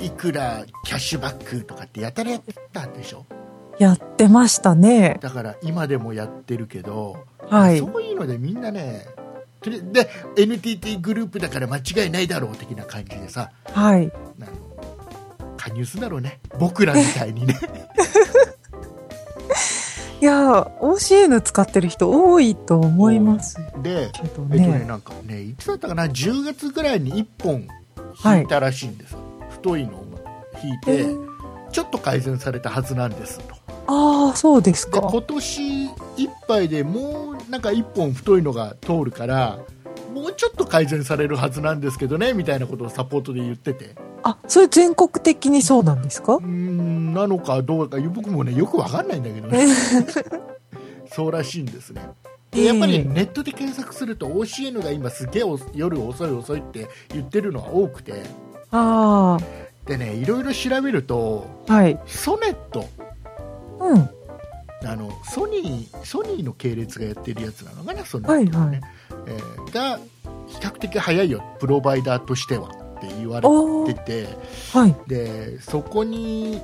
[SPEAKER 2] いくらキャッシュバックとかってやたらやってたんでしょ
[SPEAKER 3] やってましたね。
[SPEAKER 2] だから今でもやってるけど、
[SPEAKER 3] はい。
[SPEAKER 2] そういうのでみんなねとりで NTT グループだから間違いないだろう的な感じでさ
[SPEAKER 3] はい。
[SPEAKER 2] あの加入するだろうね僕らみたいに ね
[SPEAKER 3] いやー、OCN 使ってる人多いと思います
[SPEAKER 2] で
[SPEAKER 3] けど
[SPEAKER 2] えっとね
[SPEAKER 3] ね。
[SPEAKER 2] なんかねいつだったかな10月ぐらいに1本引いたらしいんです、太いのを引いて、
[SPEAKER 3] えー
[SPEAKER 2] ちょっと改善されたはずなんですと
[SPEAKER 3] ああ、そうです
[SPEAKER 2] で
[SPEAKER 3] か。
[SPEAKER 2] 今年いっぱいでもうなんか1本太いのが通るからもうちょっと改善されるはずなんですけどねみたいなことをサポートで言ってて
[SPEAKER 3] あ、それ全国的にそうなんですか
[SPEAKER 2] うーんなのかどうか僕もねよくわかんないんだけどねそうらしいんですねでやっぱ
[SPEAKER 3] え
[SPEAKER 2] り
[SPEAKER 3] え
[SPEAKER 2] ネットで検索すると OCN が今すげえお夜遅い遅いって言ってるのは多くて
[SPEAKER 3] あ
[SPEAKER 2] でねいろいろ調べると
[SPEAKER 3] あ、はい。
[SPEAKER 2] ソネット
[SPEAKER 3] うん。は
[SPEAKER 2] あのソニーソニーの系列がやってるやつなのかなソネット
[SPEAKER 3] いはい。
[SPEAKER 2] えーが比較的早いよプロバイダーとしてはって言われ
[SPEAKER 3] おー
[SPEAKER 2] てて
[SPEAKER 3] はい。
[SPEAKER 2] でそこに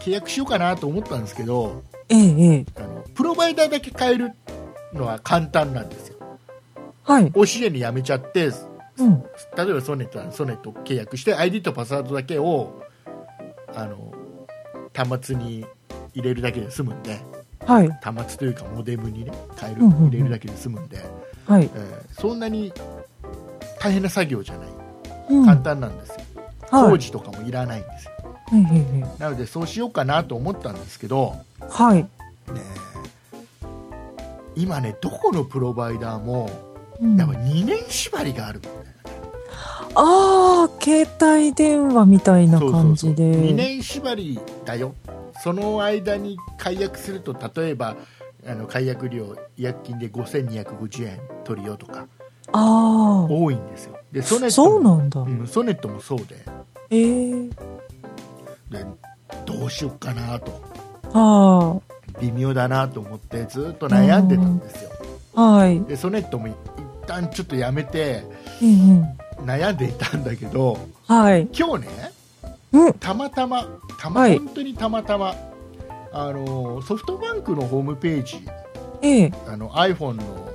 [SPEAKER 2] 契約しようかなと思ったんですけど
[SPEAKER 3] ええええ
[SPEAKER 2] あのプロバイダーだけ変えるのは簡単なんですよ
[SPEAKER 3] はい。
[SPEAKER 2] OCN やめちゃって
[SPEAKER 3] うん。
[SPEAKER 2] 例えばソネットはソネット契約して ID とパスワードだけをあの端末に入れるだけで済むんで
[SPEAKER 3] はい。
[SPEAKER 2] 端末というかモデムにね変える
[SPEAKER 3] うんうんうん
[SPEAKER 2] 入れるだけで済むんで、
[SPEAKER 3] はい。
[SPEAKER 2] えーそんなに大変な作業じゃない
[SPEAKER 3] うん。
[SPEAKER 2] 簡単なんですよ、工
[SPEAKER 3] はい。
[SPEAKER 2] 事とかもいらないんですよ
[SPEAKER 3] ええええ
[SPEAKER 2] なのでそうしようかなと思ったんですけど、
[SPEAKER 3] はい。
[SPEAKER 2] ねえ、今ねどこのプロバイダーも
[SPEAKER 3] うん
[SPEAKER 2] やっぱ2年縛りがあるんだよね
[SPEAKER 3] ああ、携帯電話みたいな
[SPEAKER 2] そうそう
[SPEAKER 3] 感
[SPEAKER 2] そう
[SPEAKER 3] じで。
[SPEAKER 2] 2年縛りだよその間に解約すると例えばあの解約料違約金で5250円取るよとか
[SPEAKER 3] あ
[SPEAKER 2] 多いんですよでソネ
[SPEAKER 3] あ、
[SPEAKER 2] ットも
[SPEAKER 3] そうなんだ。
[SPEAKER 2] うんソネットもそうで
[SPEAKER 3] ええ
[SPEAKER 2] でどうしようかなと
[SPEAKER 3] あ
[SPEAKER 2] 微妙だなと思ってずっと悩んでたんですよ
[SPEAKER 3] あ、はい。
[SPEAKER 2] でソネットも一旦ちょっとやめて
[SPEAKER 3] うんうん。
[SPEAKER 2] 悩んでいたんだけど
[SPEAKER 3] はい。
[SPEAKER 2] 今日ね
[SPEAKER 3] うん。
[SPEAKER 2] たまたまたま、
[SPEAKER 3] はい
[SPEAKER 2] 本当にたまたまあのソフトバンクのホームページ
[SPEAKER 3] ええ
[SPEAKER 2] あの iPhone の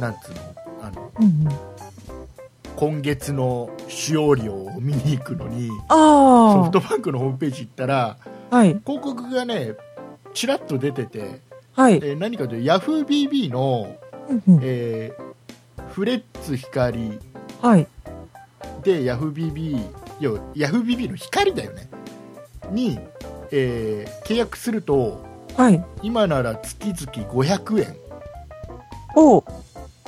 [SPEAKER 2] なんつうのあの
[SPEAKER 3] うんうん。
[SPEAKER 2] 今月の使用量を見に行くのにソ
[SPEAKER 3] あ
[SPEAKER 2] フトバンクのホームページ行ったら
[SPEAKER 3] あ、はい。
[SPEAKER 2] 広告がねちらっと出てて、
[SPEAKER 3] はい。
[SPEAKER 2] えー何かというと YahooBB の
[SPEAKER 3] うんうん
[SPEAKER 2] えーフレッツ光
[SPEAKER 3] はい。
[SPEAKER 2] で YahooBB 要は YahooBB の光だよねに、えー契約すると
[SPEAKER 3] はい。
[SPEAKER 2] 今なら月々500円
[SPEAKER 3] おう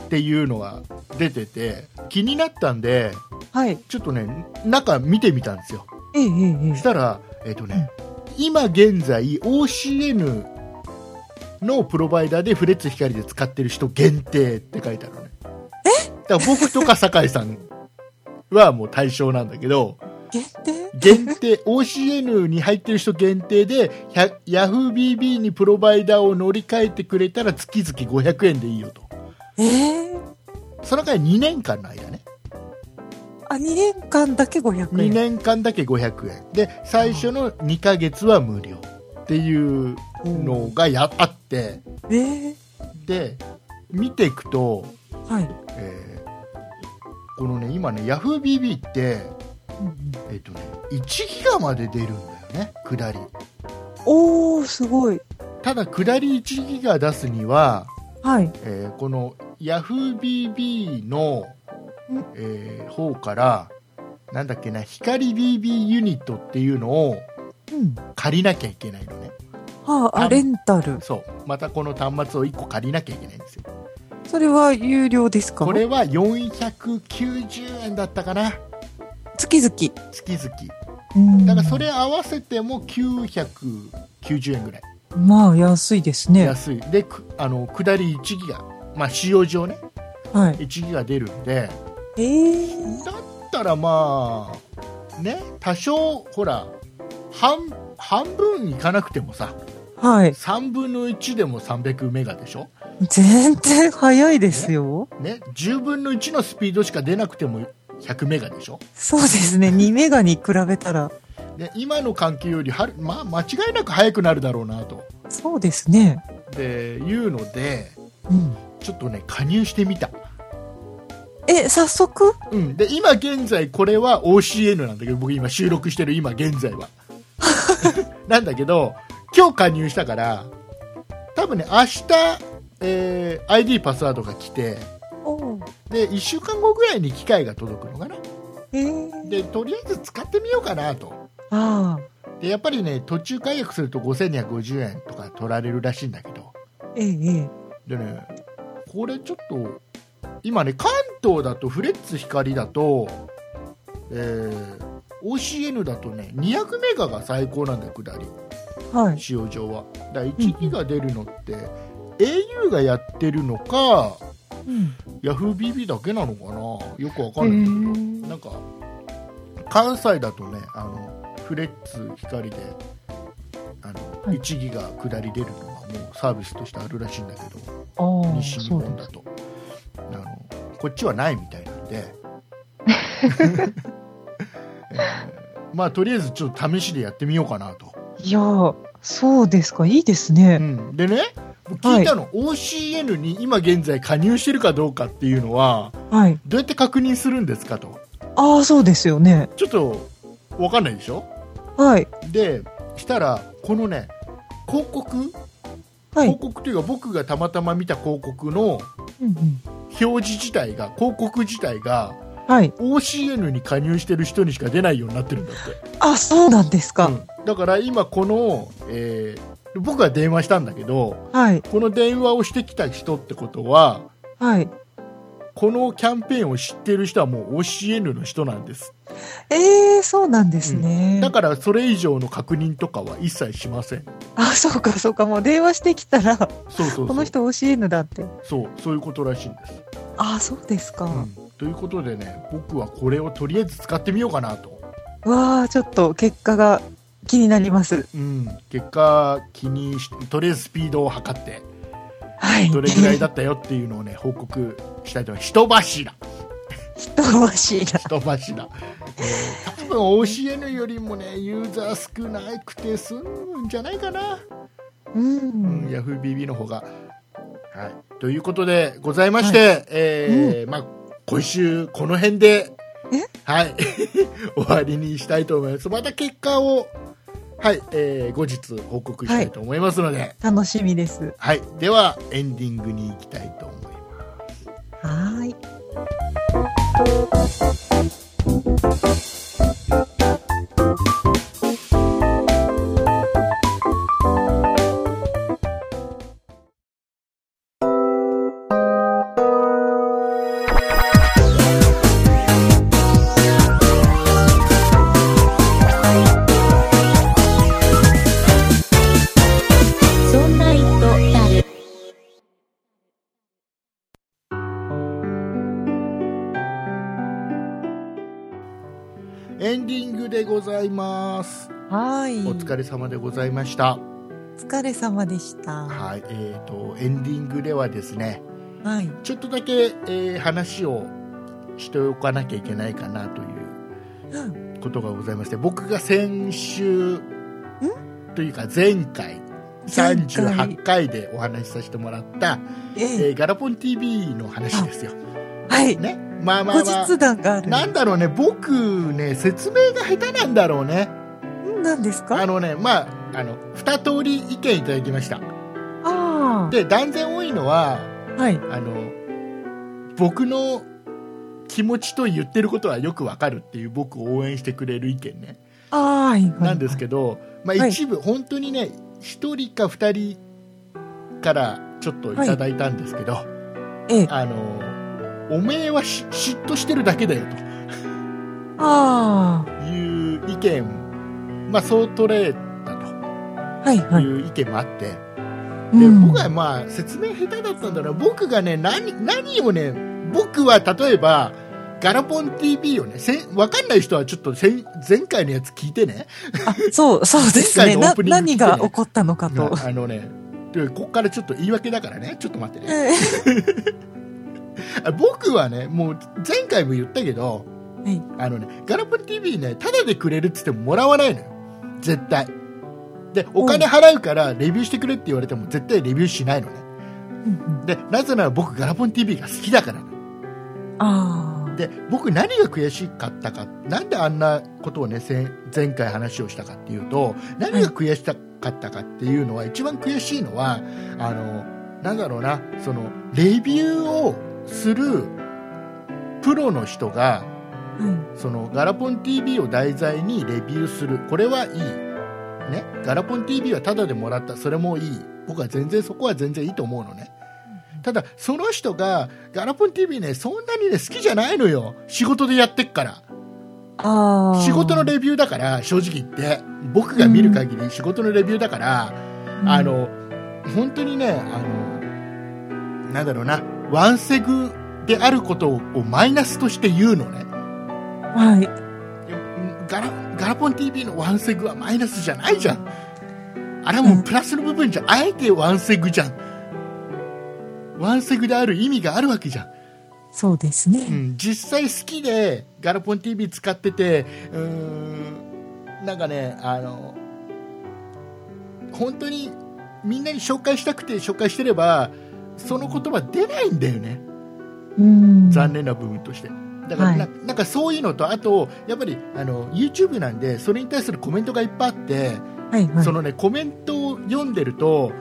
[SPEAKER 2] っていうのが出てて気になったんで
[SPEAKER 3] はい。
[SPEAKER 2] ちょっとね中見てみたんですよ
[SPEAKER 3] えええええ
[SPEAKER 2] したらえっ、とね今現在 OCN のプロバイダーでフレッツ光で使ってる人限定って書いてあるのねえだから僕とか酒井さんはもう対象なんだけど
[SPEAKER 3] え。限定
[SPEAKER 2] 限定 OCN に入ってる人限定で YahooBB にプロバイダーを乗り換えてくれたら月々500円でいいよと
[SPEAKER 3] ええ
[SPEAKER 2] その間2年間の間ね
[SPEAKER 3] あ、2年間だけ500円。
[SPEAKER 2] 2年間だけ500円で最初の2ヶ月は無料っていうのがやあって
[SPEAKER 3] ええ
[SPEAKER 2] で見ていくと、
[SPEAKER 3] はい。
[SPEAKER 2] えーこのね今ね YahooBB って
[SPEAKER 3] うんうん
[SPEAKER 2] えっ、とね1ギガまで出るんだよね下り
[SPEAKER 3] おー、すごい。
[SPEAKER 2] ただ下り1ギガ出すには
[SPEAKER 3] はい。
[SPEAKER 2] えーこの YahooBB の
[SPEAKER 3] うん、
[SPEAKER 2] えー方からなんだっけな光 BB ユニットっていうのを
[SPEAKER 3] うん。
[SPEAKER 2] 借りなきゃいけないのね
[SPEAKER 3] はあ、あ、レンタル。
[SPEAKER 2] そうまたこの端末を1個借りなきゃいけないんですよ
[SPEAKER 3] それは有料ですか
[SPEAKER 2] これは490円だったかな
[SPEAKER 3] 月
[SPEAKER 2] 月々
[SPEAKER 3] 々。
[SPEAKER 2] だからそ
[SPEAKER 3] れ。
[SPEAKER 2] れ合わせても990円ぐらい
[SPEAKER 3] まあ、安いですね。
[SPEAKER 2] 安いでくあの下り1ギガ、まあ、使用上ね
[SPEAKER 3] はい。
[SPEAKER 2] 1ギガ出るんで
[SPEAKER 3] えー、
[SPEAKER 2] だったらまあね多少ほら半半分いかなくてもさ
[SPEAKER 3] はい。
[SPEAKER 2] 3分の1でも300メガでしょ、
[SPEAKER 3] 全然早いですよ。
[SPEAKER 2] ね、10分の1のスピードしか出なくても100メガでしょ
[SPEAKER 3] そうですね。2メガに比べたら。
[SPEAKER 2] で今の環境よりはる、まあ、間違いなく速くなるだろうなと
[SPEAKER 3] そうですね。
[SPEAKER 2] でいうので
[SPEAKER 3] うん。
[SPEAKER 2] ちょっとね加入してみた、
[SPEAKER 3] え、早速
[SPEAKER 2] うん、で今現在これは OCN なんだけど僕今収録してる今現在はなんだけど今日加入したから多分ね明日、えー ID パスワードが来て
[SPEAKER 3] お
[SPEAKER 2] で1週間後ぐらいに機械が届くのかな
[SPEAKER 3] えー、
[SPEAKER 2] でとりあえず使ってみようかなと
[SPEAKER 3] あ
[SPEAKER 2] でやっぱりね途中解約すると5250円とか取られるらしいんだけど
[SPEAKER 3] あ、ええええ
[SPEAKER 2] でねこれちょっと今ね関東だとフレッツ光だと、えー OCN だとね200メガが最高なんだよ下り
[SPEAKER 3] はい。
[SPEAKER 2] 使用上はだから1ギガ出るのって、au がやってるのか
[SPEAKER 3] うん。
[SPEAKER 2] YahooBB だけなのかなよくわか
[SPEAKER 3] え
[SPEAKER 2] んない、
[SPEAKER 3] ー
[SPEAKER 2] なんか関西だとねあのフレッツ光であの、
[SPEAKER 3] はい
[SPEAKER 2] 1ギガ下り出るのがもうサービスとしてあるらしいんだけど
[SPEAKER 3] ああ、
[SPEAKER 2] 西日
[SPEAKER 3] そう
[SPEAKER 2] 本
[SPEAKER 3] で
[SPEAKER 2] だ
[SPEAKER 3] す。
[SPEAKER 2] とあのこっちはないみたいなん で、えーまあとりあえずちょっと試しでやってみようかなと、
[SPEAKER 3] いやーそうですか。いいです
[SPEAKER 2] う
[SPEAKER 3] ね。
[SPEAKER 2] ん、でね聞いたの、OCN に今現在加入してるかどうかっていうのは
[SPEAKER 3] はい。
[SPEAKER 2] どうやって確認するんですかと
[SPEAKER 3] ああ、そうですよね。
[SPEAKER 2] ちょっと分かんないでしょ
[SPEAKER 3] はい。
[SPEAKER 2] でしたらこのね広告
[SPEAKER 3] はい
[SPEAKER 2] 広。告というか僕がたまたま見た広告の
[SPEAKER 3] うんうん、
[SPEAKER 2] 表示自体が広告自体が
[SPEAKER 3] はい。
[SPEAKER 2] OCN に加入してる人にしか出ないようになってるんだって、
[SPEAKER 3] あ、そうなんですか。
[SPEAKER 2] うんだから今この、えー僕が電話したんだけど
[SPEAKER 3] はい。
[SPEAKER 2] この電話をしてきた人ってことは
[SPEAKER 3] はい。
[SPEAKER 2] このキャンペーンを知ってる人はもう OCN の人なんです
[SPEAKER 3] ええそうなんですね。
[SPEAKER 2] だからそれ以上の確認とかは一切しません
[SPEAKER 3] あ、そうか、そうか。もう電話してきたら、こ
[SPEAKER 2] そうそうそ
[SPEAKER 3] の
[SPEAKER 2] う
[SPEAKER 3] 人 OCN だって。
[SPEAKER 2] そうそういうことらしいんです、
[SPEAKER 3] あ、そうですか。
[SPEAKER 2] うんということでね僕はこれをとりあえず使ってみようかなと、
[SPEAKER 3] わあ、ちょっと結果が気になります。
[SPEAKER 2] うん、結果気にしてとりあえずスピードを測って
[SPEAKER 3] はい。
[SPEAKER 2] どれぐらいだったよっていう のをね報告したいと思います人柱
[SPEAKER 3] 人柱。
[SPEAKER 2] 人柱、えー多分 OCN よりもねユーザー少なくて済むんじゃないかな、 う
[SPEAKER 3] う
[SPEAKER 2] んん、。YahooBB の方がはいということでございまして、えーまあ今週この辺で
[SPEAKER 3] え
[SPEAKER 2] はい 終わりにしたいと思いますまた結果をはい、えー後日報告したいと思いますので、はい
[SPEAKER 3] 楽しみです。
[SPEAKER 2] ではエンディングに行きたいと思います
[SPEAKER 3] はーい。
[SPEAKER 1] そんな糸だる。
[SPEAKER 2] エンディングでございます。
[SPEAKER 3] はーい。
[SPEAKER 2] お疲れ様でございました。
[SPEAKER 3] お疲れ様でした。
[SPEAKER 2] はい、えーとエンディングではですね、
[SPEAKER 3] はい。
[SPEAKER 2] ちょっとだけ、えー話をしておかなきゃいけないかなという
[SPEAKER 3] うん
[SPEAKER 2] ことがございまして、僕が先週というか前回
[SPEAKER 3] 前回
[SPEAKER 2] 38回でお話しさせてもらった、
[SPEAKER 3] え
[SPEAKER 2] え
[SPEAKER 3] え
[SPEAKER 2] ーガラポン TV の話ですよ。
[SPEAKER 3] はい。
[SPEAKER 2] ね、まあまあ
[SPEAKER 3] 後
[SPEAKER 2] まあ
[SPEAKER 3] 日。談がある。
[SPEAKER 2] なんだろうね、僕ね、説明が下手なんだろうね。
[SPEAKER 3] んなんですか
[SPEAKER 2] あ
[SPEAKER 3] あ
[SPEAKER 2] のね、まあ、あの、二通り意見いただきました。
[SPEAKER 3] あ
[SPEAKER 2] で断然多いのは
[SPEAKER 3] ー。はい。
[SPEAKER 2] あの僕の気持ちと言ってることはよくわかるっていう僕を応援してくれる意見ね、
[SPEAKER 3] ああ、はい。
[SPEAKER 2] なんですけど、まあ、
[SPEAKER 3] はい
[SPEAKER 2] 一部、本当にね1人か2人からちょっといただいたんですけど、
[SPEAKER 3] ええ。
[SPEAKER 2] あのおめえはし嫉妬してるだけだよ
[SPEAKER 3] あ
[SPEAKER 2] という意見、まあ、そう取れた
[SPEAKER 3] あ。はい
[SPEAKER 2] と
[SPEAKER 3] はい。
[SPEAKER 2] いう意見もあって、
[SPEAKER 3] う
[SPEAKER 2] で
[SPEAKER 3] ん
[SPEAKER 2] 僕はまあ説明下手だったんだな僕がね何何をね僕は例えばガラポン TV をねせんわかんない人はちょっとせん前回のやつ聞いてね
[SPEAKER 3] あ、そう、そうですね。
[SPEAKER 2] 前回のオ
[SPEAKER 3] な
[SPEAKER 2] ープ、ニング
[SPEAKER 3] 何が起こったのかと。
[SPEAKER 2] あのねでここからちょっと言い訳だからねちょっと 待ってね
[SPEAKER 3] ええ
[SPEAKER 2] あ僕はねもう前回も言ったけど
[SPEAKER 3] はい。
[SPEAKER 2] あのねガラポン TV ねタダでくれるっつってももらわないのよ絶対でお金払うからレビューしてくれって言われても絶対レビューしないのね
[SPEAKER 3] うん
[SPEAKER 2] でなぜなら僕ガラポン TV が好きだから
[SPEAKER 3] うんああ。
[SPEAKER 2] で僕何が悔しかったかなんであんなことをね先前回話をしたかっていうと何が悔しかったかっていうのは、一番悔しいのはあのなんだろうなそのレビューをするプロの人が
[SPEAKER 3] は
[SPEAKER 2] そのガラポン TV を題材にレビューするこれはいい、ね、ガラポン TV はタダでもらったそれもいい僕は全然そこは全然いいと思うのねただその人がガラポン TV ねそんなにね好きじゃないのよ仕事でやってっから
[SPEAKER 3] い。ああ。
[SPEAKER 2] 仕事のレビューだから正直言って僕が見る限り仕事のレビューだから、
[SPEAKER 3] うん
[SPEAKER 2] あ、の本当にねあのなんだろうなワンセグであることをマイナスとして言うのね
[SPEAKER 3] はい。
[SPEAKER 2] いやガラガラポン TV のワンセグはマイナスじゃないじゃんあれはもうプラスの部分じゃんあえてワンセグじゃんワンセグである意味があるわけじゃん、
[SPEAKER 3] そうですね。
[SPEAKER 2] うん、実際好きでガラポン TV 使っててうーんなんかねあの本当にみんなに紹介したくて紹介してればその言葉出ないんだよね、
[SPEAKER 3] うん。
[SPEAKER 2] 残念な部分として。だからな,、なんかそういうのとあとやっぱりあの YouTube なんでそれに対するコメントがいっぱいあって、
[SPEAKER 3] はいはい。
[SPEAKER 2] そのねコメントを読んでると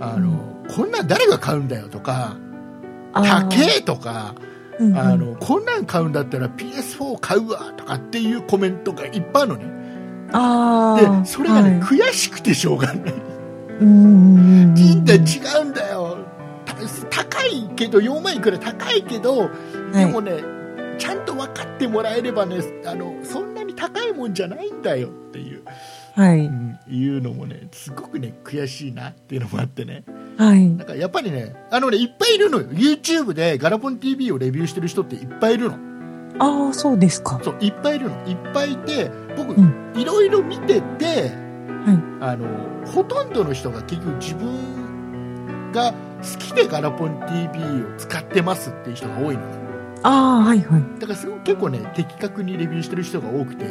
[SPEAKER 2] あの、こんなん誰が買うんだよとか
[SPEAKER 3] あー
[SPEAKER 2] 高えとか
[SPEAKER 3] うんうん
[SPEAKER 2] あのこんなん買うんだったら PS4 買うわとかっていうコメントがいっぱいあるのね
[SPEAKER 3] ああ。
[SPEAKER 2] でそれがね、
[SPEAKER 3] はい
[SPEAKER 2] 悔しくてしょうがない
[SPEAKER 3] うん。
[SPEAKER 2] 銀って違うんだよた高いけど4万いくら高いけどでもね、ちゃんと分かってもらえればねあのそんなに高いもんじゃないんだよっていう、
[SPEAKER 3] はい。
[SPEAKER 2] いうのもねすごくね悔しいなっていうのもあってね
[SPEAKER 3] はい。
[SPEAKER 2] なんかやっぱりねあのねいっぱいいるのよ YouTube でガラポン TV をレビューしてる人っていっぱいいるの
[SPEAKER 3] ああ、そうですか。
[SPEAKER 2] そういっぱいいるのいっぱいいて僕、
[SPEAKER 3] う
[SPEAKER 2] いろいろ見てて
[SPEAKER 3] は
[SPEAKER 2] あのほとんどの人が結局自分が好きでガラポン TV を使ってますっていう人が多いのね
[SPEAKER 3] い。ああ、はいはい。
[SPEAKER 2] だからすごく結構ね的確にレビューしてる人が多くて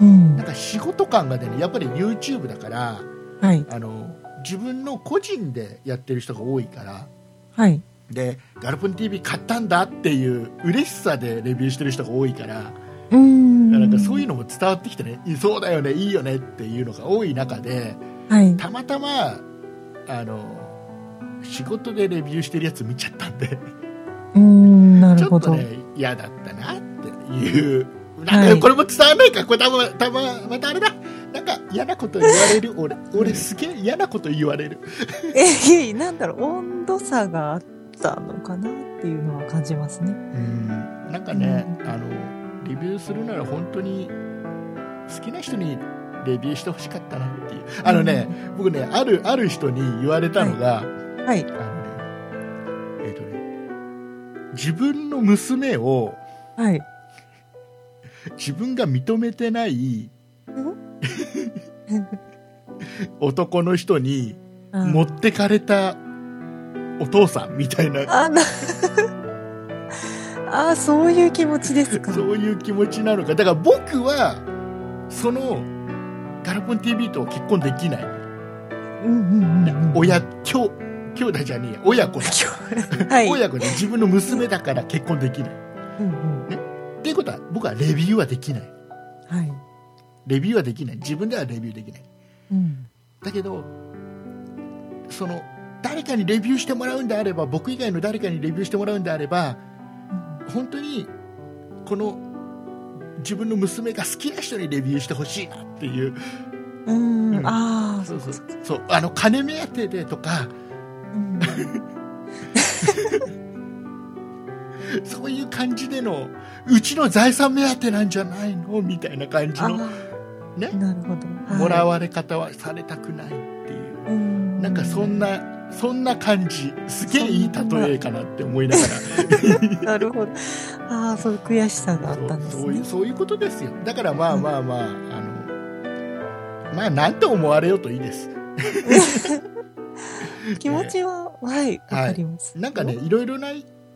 [SPEAKER 3] うん
[SPEAKER 2] なん。か仕事感が出るやっぱり YouTube だから
[SPEAKER 3] はい。
[SPEAKER 2] あの自分の個人でやってる人が多いから
[SPEAKER 3] はい。
[SPEAKER 2] でガルプン TV 買ったんだっていう嬉しさでレビューしてる人が多いから
[SPEAKER 3] うん。
[SPEAKER 2] なんかそういうのも伝わってきてねいそうだよねいいよねっていうのが多い中で
[SPEAKER 3] はい。
[SPEAKER 2] たまたまあの仕事でレビューしてるやつ見ちゃったんで
[SPEAKER 3] うん、な
[SPEAKER 2] ち
[SPEAKER 3] る
[SPEAKER 2] ょ
[SPEAKER 3] ほ
[SPEAKER 2] っと
[SPEAKER 3] ど。
[SPEAKER 2] ね嫌だったなっていうなんかこれも伝わらないか、これたまたままたあれだなんか嫌なこと言われる俺俺すげえ嫌なこと言われる
[SPEAKER 3] え い、なんだろう、温度差があったのかなっていうのは感じますね。
[SPEAKER 2] うんなんかねあのレビューするなら本当に好きな人にレビューしてほしかったなっていうあのね、僕ねあるある人に言われたのが、
[SPEAKER 3] はい。
[SPEAKER 2] あのねえっ、とね自分の娘を
[SPEAKER 3] はい。
[SPEAKER 2] 自分が認めてない男の人に
[SPEAKER 3] あ
[SPEAKER 2] 持ってかれたお父さんみたいな
[SPEAKER 3] あ、な、 あ、そういう気持ちですか。
[SPEAKER 2] そういう気持ちなのかだから僕はそのガラポン TV と結婚できない
[SPEAKER 3] うんうんうん。
[SPEAKER 2] 親兄兄弟じゃねえや親子だ、
[SPEAKER 3] はい。
[SPEAKER 2] 親子で自分の娘だから結婚できない
[SPEAKER 3] うんうん。
[SPEAKER 2] っていうことは僕はレビューはできない
[SPEAKER 3] はい。
[SPEAKER 2] レビューはできない自分ではレビューできない
[SPEAKER 3] うん。
[SPEAKER 2] だけどその誰かにレビューしてもらうんであれば僕以外の誰かにレビューしてもらうんであれば本当にこの自分の娘が好きな人にレビューしてほしいなっていう
[SPEAKER 3] うー
[SPEAKER 2] うん
[SPEAKER 3] ん。ああ、
[SPEAKER 2] そ
[SPEAKER 3] そう
[SPEAKER 2] そ
[SPEAKER 3] うそうう
[SPEAKER 2] そ
[SPEAKER 3] そうう。
[SPEAKER 2] そうあの金目当てでとか
[SPEAKER 3] うん
[SPEAKER 2] そういう感じでのうちの財産目当てなんじゃないのみたいな感じ
[SPEAKER 3] あ
[SPEAKER 2] の、
[SPEAKER 3] ー
[SPEAKER 2] ね、
[SPEAKER 3] なるほど。はい
[SPEAKER 2] もらわれ方はされたくないっていう
[SPEAKER 3] うん。
[SPEAKER 2] なんかそんなそんな感じすげえいい例えかなって思いながら
[SPEAKER 3] なるほど。ああ、そういう悔しさがあったんです
[SPEAKER 2] そうそうい
[SPEAKER 3] ね
[SPEAKER 2] う。そういうことですよだからまあまあまあ、あのまあなんと思われようといいです
[SPEAKER 3] 気持ちは、はい、わかります。
[SPEAKER 2] なんかね、いろいろな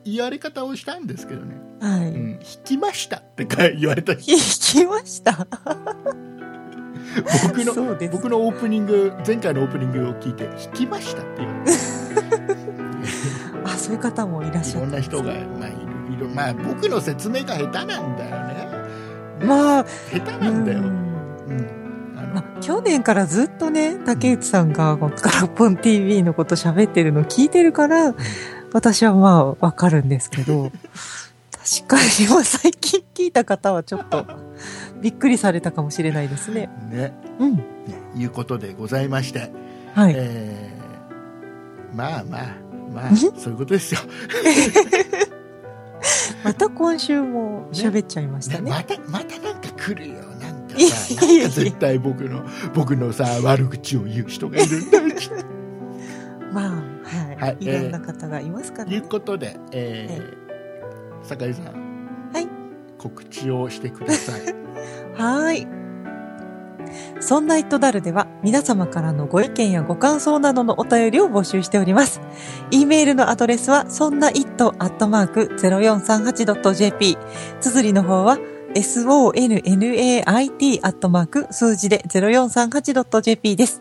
[SPEAKER 2] 言われ方をしたんですけどね、
[SPEAKER 3] は
[SPEAKER 2] う
[SPEAKER 3] い。
[SPEAKER 2] ん、引きましたってか言われた人
[SPEAKER 3] 引きました。
[SPEAKER 2] 僕の
[SPEAKER 3] そうです。
[SPEAKER 2] 僕のオープニング前回のオープニングを聞いて引きましたって言われて
[SPEAKER 3] あ、そういう方もいらっ
[SPEAKER 2] い
[SPEAKER 3] しゃ
[SPEAKER 2] ろ
[SPEAKER 3] る。
[SPEAKER 2] んな人が、まあ、いるいろまあ僕の説明が下手なんだよね
[SPEAKER 3] まあ、
[SPEAKER 2] 下手なんだよ、
[SPEAKER 3] う
[SPEAKER 2] うん
[SPEAKER 3] ん
[SPEAKER 2] あ
[SPEAKER 3] ま
[SPEAKER 2] の
[SPEAKER 3] あ去年からずっとね、竹内さんが、このガラポン TV のこと喋ってるの聞いてるから、私はまあ、わかるんですけど、確かに、まあ最近聞いた方はちょっと、びっくりされたかもしれないですね。
[SPEAKER 2] ね
[SPEAKER 3] うん。
[SPEAKER 2] ねいうことでございまして、
[SPEAKER 3] はい。
[SPEAKER 2] えーまあまあ まあ
[SPEAKER 3] ん
[SPEAKER 2] そういうことですよ、
[SPEAKER 3] また今週も喋っちゃいました
[SPEAKER 2] ね、
[SPEAKER 3] ね。
[SPEAKER 2] またまたなんか来るよなんか
[SPEAKER 3] い
[SPEAKER 2] さ
[SPEAKER 3] やいやいや
[SPEAKER 2] なんか絶対僕の僕のさ悪口を言う人がいるんだよきっと
[SPEAKER 3] まあ、
[SPEAKER 2] は
[SPEAKER 3] はいい。いろんな方がいますから
[SPEAKER 2] とい
[SPEAKER 3] ね
[SPEAKER 2] う。ことで、えー酒井さん、
[SPEAKER 3] はい
[SPEAKER 2] 告知をしてくだ さい。
[SPEAKER 3] はーい。そんなイットダルでは皆様からのご意見やご感想などのお便りを募集しております。e メールのアドレスはそんな it.0438.jp。綴りの方は sonnait アットマーク数字で 0438.jp です。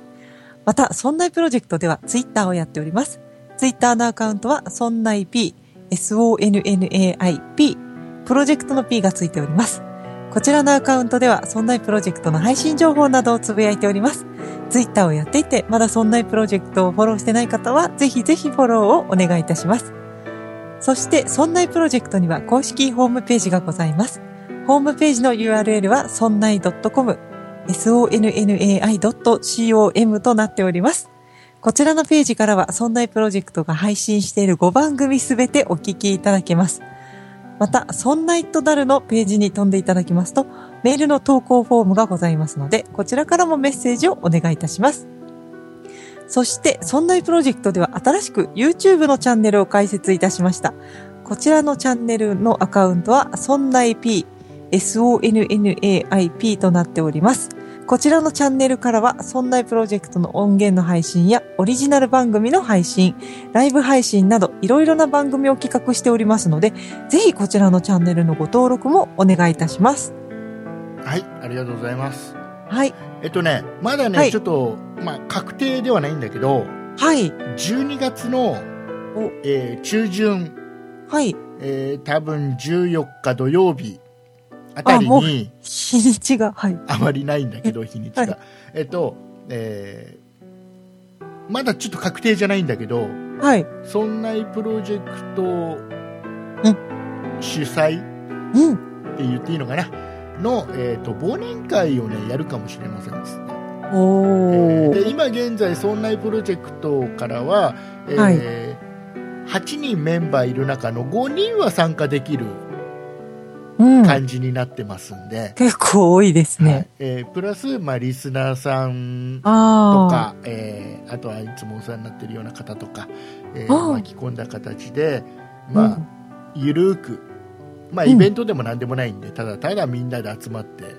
[SPEAKER 3] また、そんないプロジェクトではツイッターをやっております。ツイッターのアカウントはそんない p、sonnaip、プロジェクトの p がついております。こちらのアカウントでは、そんないプロジェクトの配信情報などをつぶやいております。ツイッターをやっていて、まだそんないプロジェクトをフォローしてない方は、ぜひぜひフォローをお願いいたします。そして、そんないプロジェクトには公式ホームページがございます。ホームページの URL は、そんない .com、sonnai.com となっております。こちらのページからは、そんないプロジェクトが配信している5番組すべてお聞きいただけます。また、そんなイットダルのページに飛んでいただきますと、メールの投稿フォームがございますので、こちらからもメッセージをお願いいたします。そして、そんないプロジェクトでは新しく YouTube のチャンネルを開設いたしました。こちらのチャンネルのアカウントは、そんない P、sonnaip となっております。こちらのチャンネルからは、そんないプロジェクトの音源の配信や、オリジナル番組の配信、ライブ配信など、いろいろな番組を企画しておりますので、ぜひこちらのチャンネルのご登録もお願いいたします。
[SPEAKER 2] はい、ありがとうございます。
[SPEAKER 3] はい。
[SPEAKER 2] えっとね、まだね、
[SPEAKER 3] はい
[SPEAKER 2] ちょっと、まあ、確定ではないんだけど、
[SPEAKER 3] はい。
[SPEAKER 2] 12月の、えー中旬、
[SPEAKER 3] はい。
[SPEAKER 2] えー多分14日土曜日あたり
[SPEAKER 3] あもう
[SPEAKER 2] に、
[SPEAKER 3] 日にちが、はい。
[SPEAKER 2] あまりないんだけど、日にちが。
[SPEAKER 3] はい
[SPEAKER 2] えっと、えーまだちょっと確定じゃないんだけど、
[SPEAKER 3] はい。
[SPEAKER 2] そんなプロジェクト主催
[SPEAKER 3] うん。
[SPEAKER 2] って言っていいのかなの、えー、と忘年会をねやるかもしれませんですね
[SPEAKER 3] おー。
[SPEAKER 2] で今現在、そんなプロジェクトからは、えー
[SPEAKER 3] は
[SPEAKER 2] 8人メンバーいる中の5人は参加できる
[SPEAKER 3] うん。
[SPEAKER 2] 感じになってますんで、
[SPEAKER 3] 結構多いです
[SPEAKER 2] は
[SPEAKER 3] ね
[SPEAKER 2] い。えープラス、まあ、リスナーさんと
[SPEAKER 3] あ
[SPEAKER 2] か、えーあとはいつもお世話になってるような方とか、えー
[SPEAKER 3] あー
[SPEAKER 2] 巻き込んだ形で、
[SPEAKER 3] あ。
[SPEAKER 2] まあ、ゆるーく、まあ、
[SPEAKER 3] うん
[SPEAKER 2] イベントでもなんでもないんで、ただただみんなで集まって
[SPEAKER 3] うん。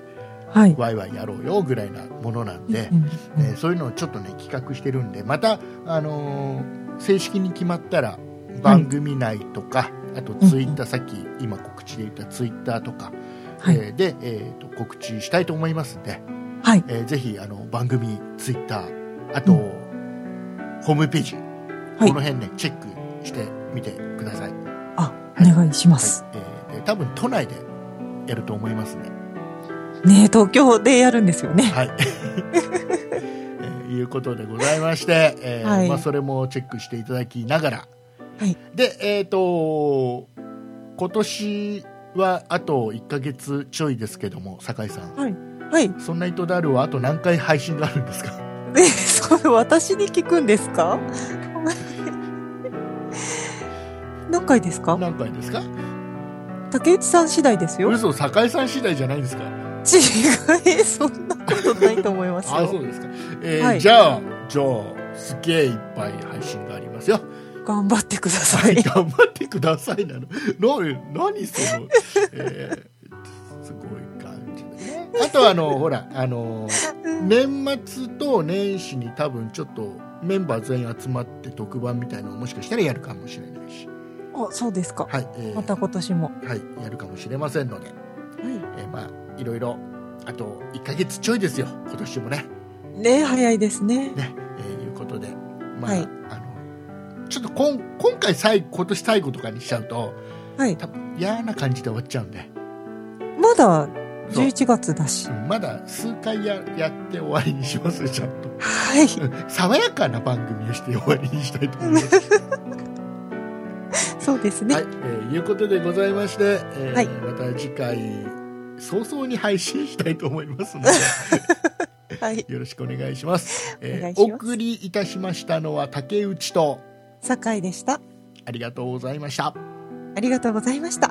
[SPEAKER 3] はい。
[SPEAKER 2] ワイワイやろうよぐらいなものなんで
[SPEAKER 3] う、ん
[SPEAKER 2] えーそういうのをちょっとね企画してるんでまた、あのー正式に決まったら番組内とか、あとツイッター、さっき今告知で言ったツイッターとか、
[SPEAKER 3] はい
[SPEAKER 2] えーで、えーと告知したいと思いますんで、
[SPEAKER 3] はい。
[SPEAKER 2] えーぜひあの番組ツイッターあと、
[SPEAKER 3] う
[SPEAKER 2] ホームページ、
[SPEAKER 3] はい
[SPEAKER 2] この辺ねチェックしてみてください、はい
[SPEAKER 3] あ、お願いします。
[SPEAKER 2] えーで多分都内でやると思いますね
[SPEAKER 3] ねえ東京でやるんですよね。
[SPEAKER 2] はい。 えーいうことでございまして、えー
[SPEAKER 3] はい
[SPEAKER 2] まあ、それもチェックしていただきながら、
[SPEAKER 3] はい
[SPEAKER 2] で、えっ、と、今年はあと1ヶ月ちょいですけども、酒井さん、
[SPEAKER 3] はい。はい。
[SPEAKER 2] そんな糸ダルはあと何回配信になるんですか
[SPEAKER 3] で、それ私に聞くんですか 何回ですか
[SPEAKER 2] 何回ですか
[SPEAKER 3] 竹内さん次第ですよ。違
[SPEAKER 2] 嘘酒井さん次第じゃないんですか
[SPEAKER 3] え、そんなことないと思いますよ。
[SPEAKER 2] あそうですか、えー
[SPEAKER 3] はい
[SPEAKER 2] じゃあじゃあすげえいっぱい配信がありますよ
[SPEAKER 3] 頑張ってくださ
[SPEAKER 2] はい い。 頑張ってくださいなのな何その、えーすごい感じねあとあのほらあの年末と年始に多分ちょっとメンバー全員集まって特番みたいなのをもしかしたらやるかもしれないし、
[SPEAKER 3] あ、そうですか。
[SPEAKER 2] はいえー
[SPEAKER 3] また今年も。
[SPEAKER 2] はい、やるかもしれませんので、えーまあいろいろあと1ヶ月ちょいですよ今年もね
[SPEAKER 3] ね早いですね。
[SPEAKER 2] ね、えーいうことで、まあ、
[SPEAKER 3] はい
[SPEAKER 2] あのちょっとこん今回最後今年最後とかにしちゃうと
[SPEAKER 3] はい。
[SPEAKER 2] 多分嫌な感じで終わっちゃうんで、
[SPEAKER 3] まだ
[SPEAKER 2] そう
[SPEAKER 3] 11月だし
[SPEAKER 2] う。んまだ数回ややって終わりにしますよちゃんと
[SPEAKER 3] はい。
[SPEAKER 2] うん爽やかな番組をして終わりにしたいと思います。
[SPEAKER 3] そうですね。
[SPEAKER 2] はい、えーいうことでございまして、えー
[SPEAKER 3] はい
[SPEAKER 2] また次回早々に配信したいと思いますので。
[SPEAKER 3] はい。
[SPEAKER 2] よろしくお願いします。
[SPEAKER 3] お願いします
[SPEAKER 2] お送りいたしましたのは竹内と
[SPEAKER 3] 酒井でした。
[SPEAKER 2] ありがとうございました。
[SPEAKER 3] ありがとうございました。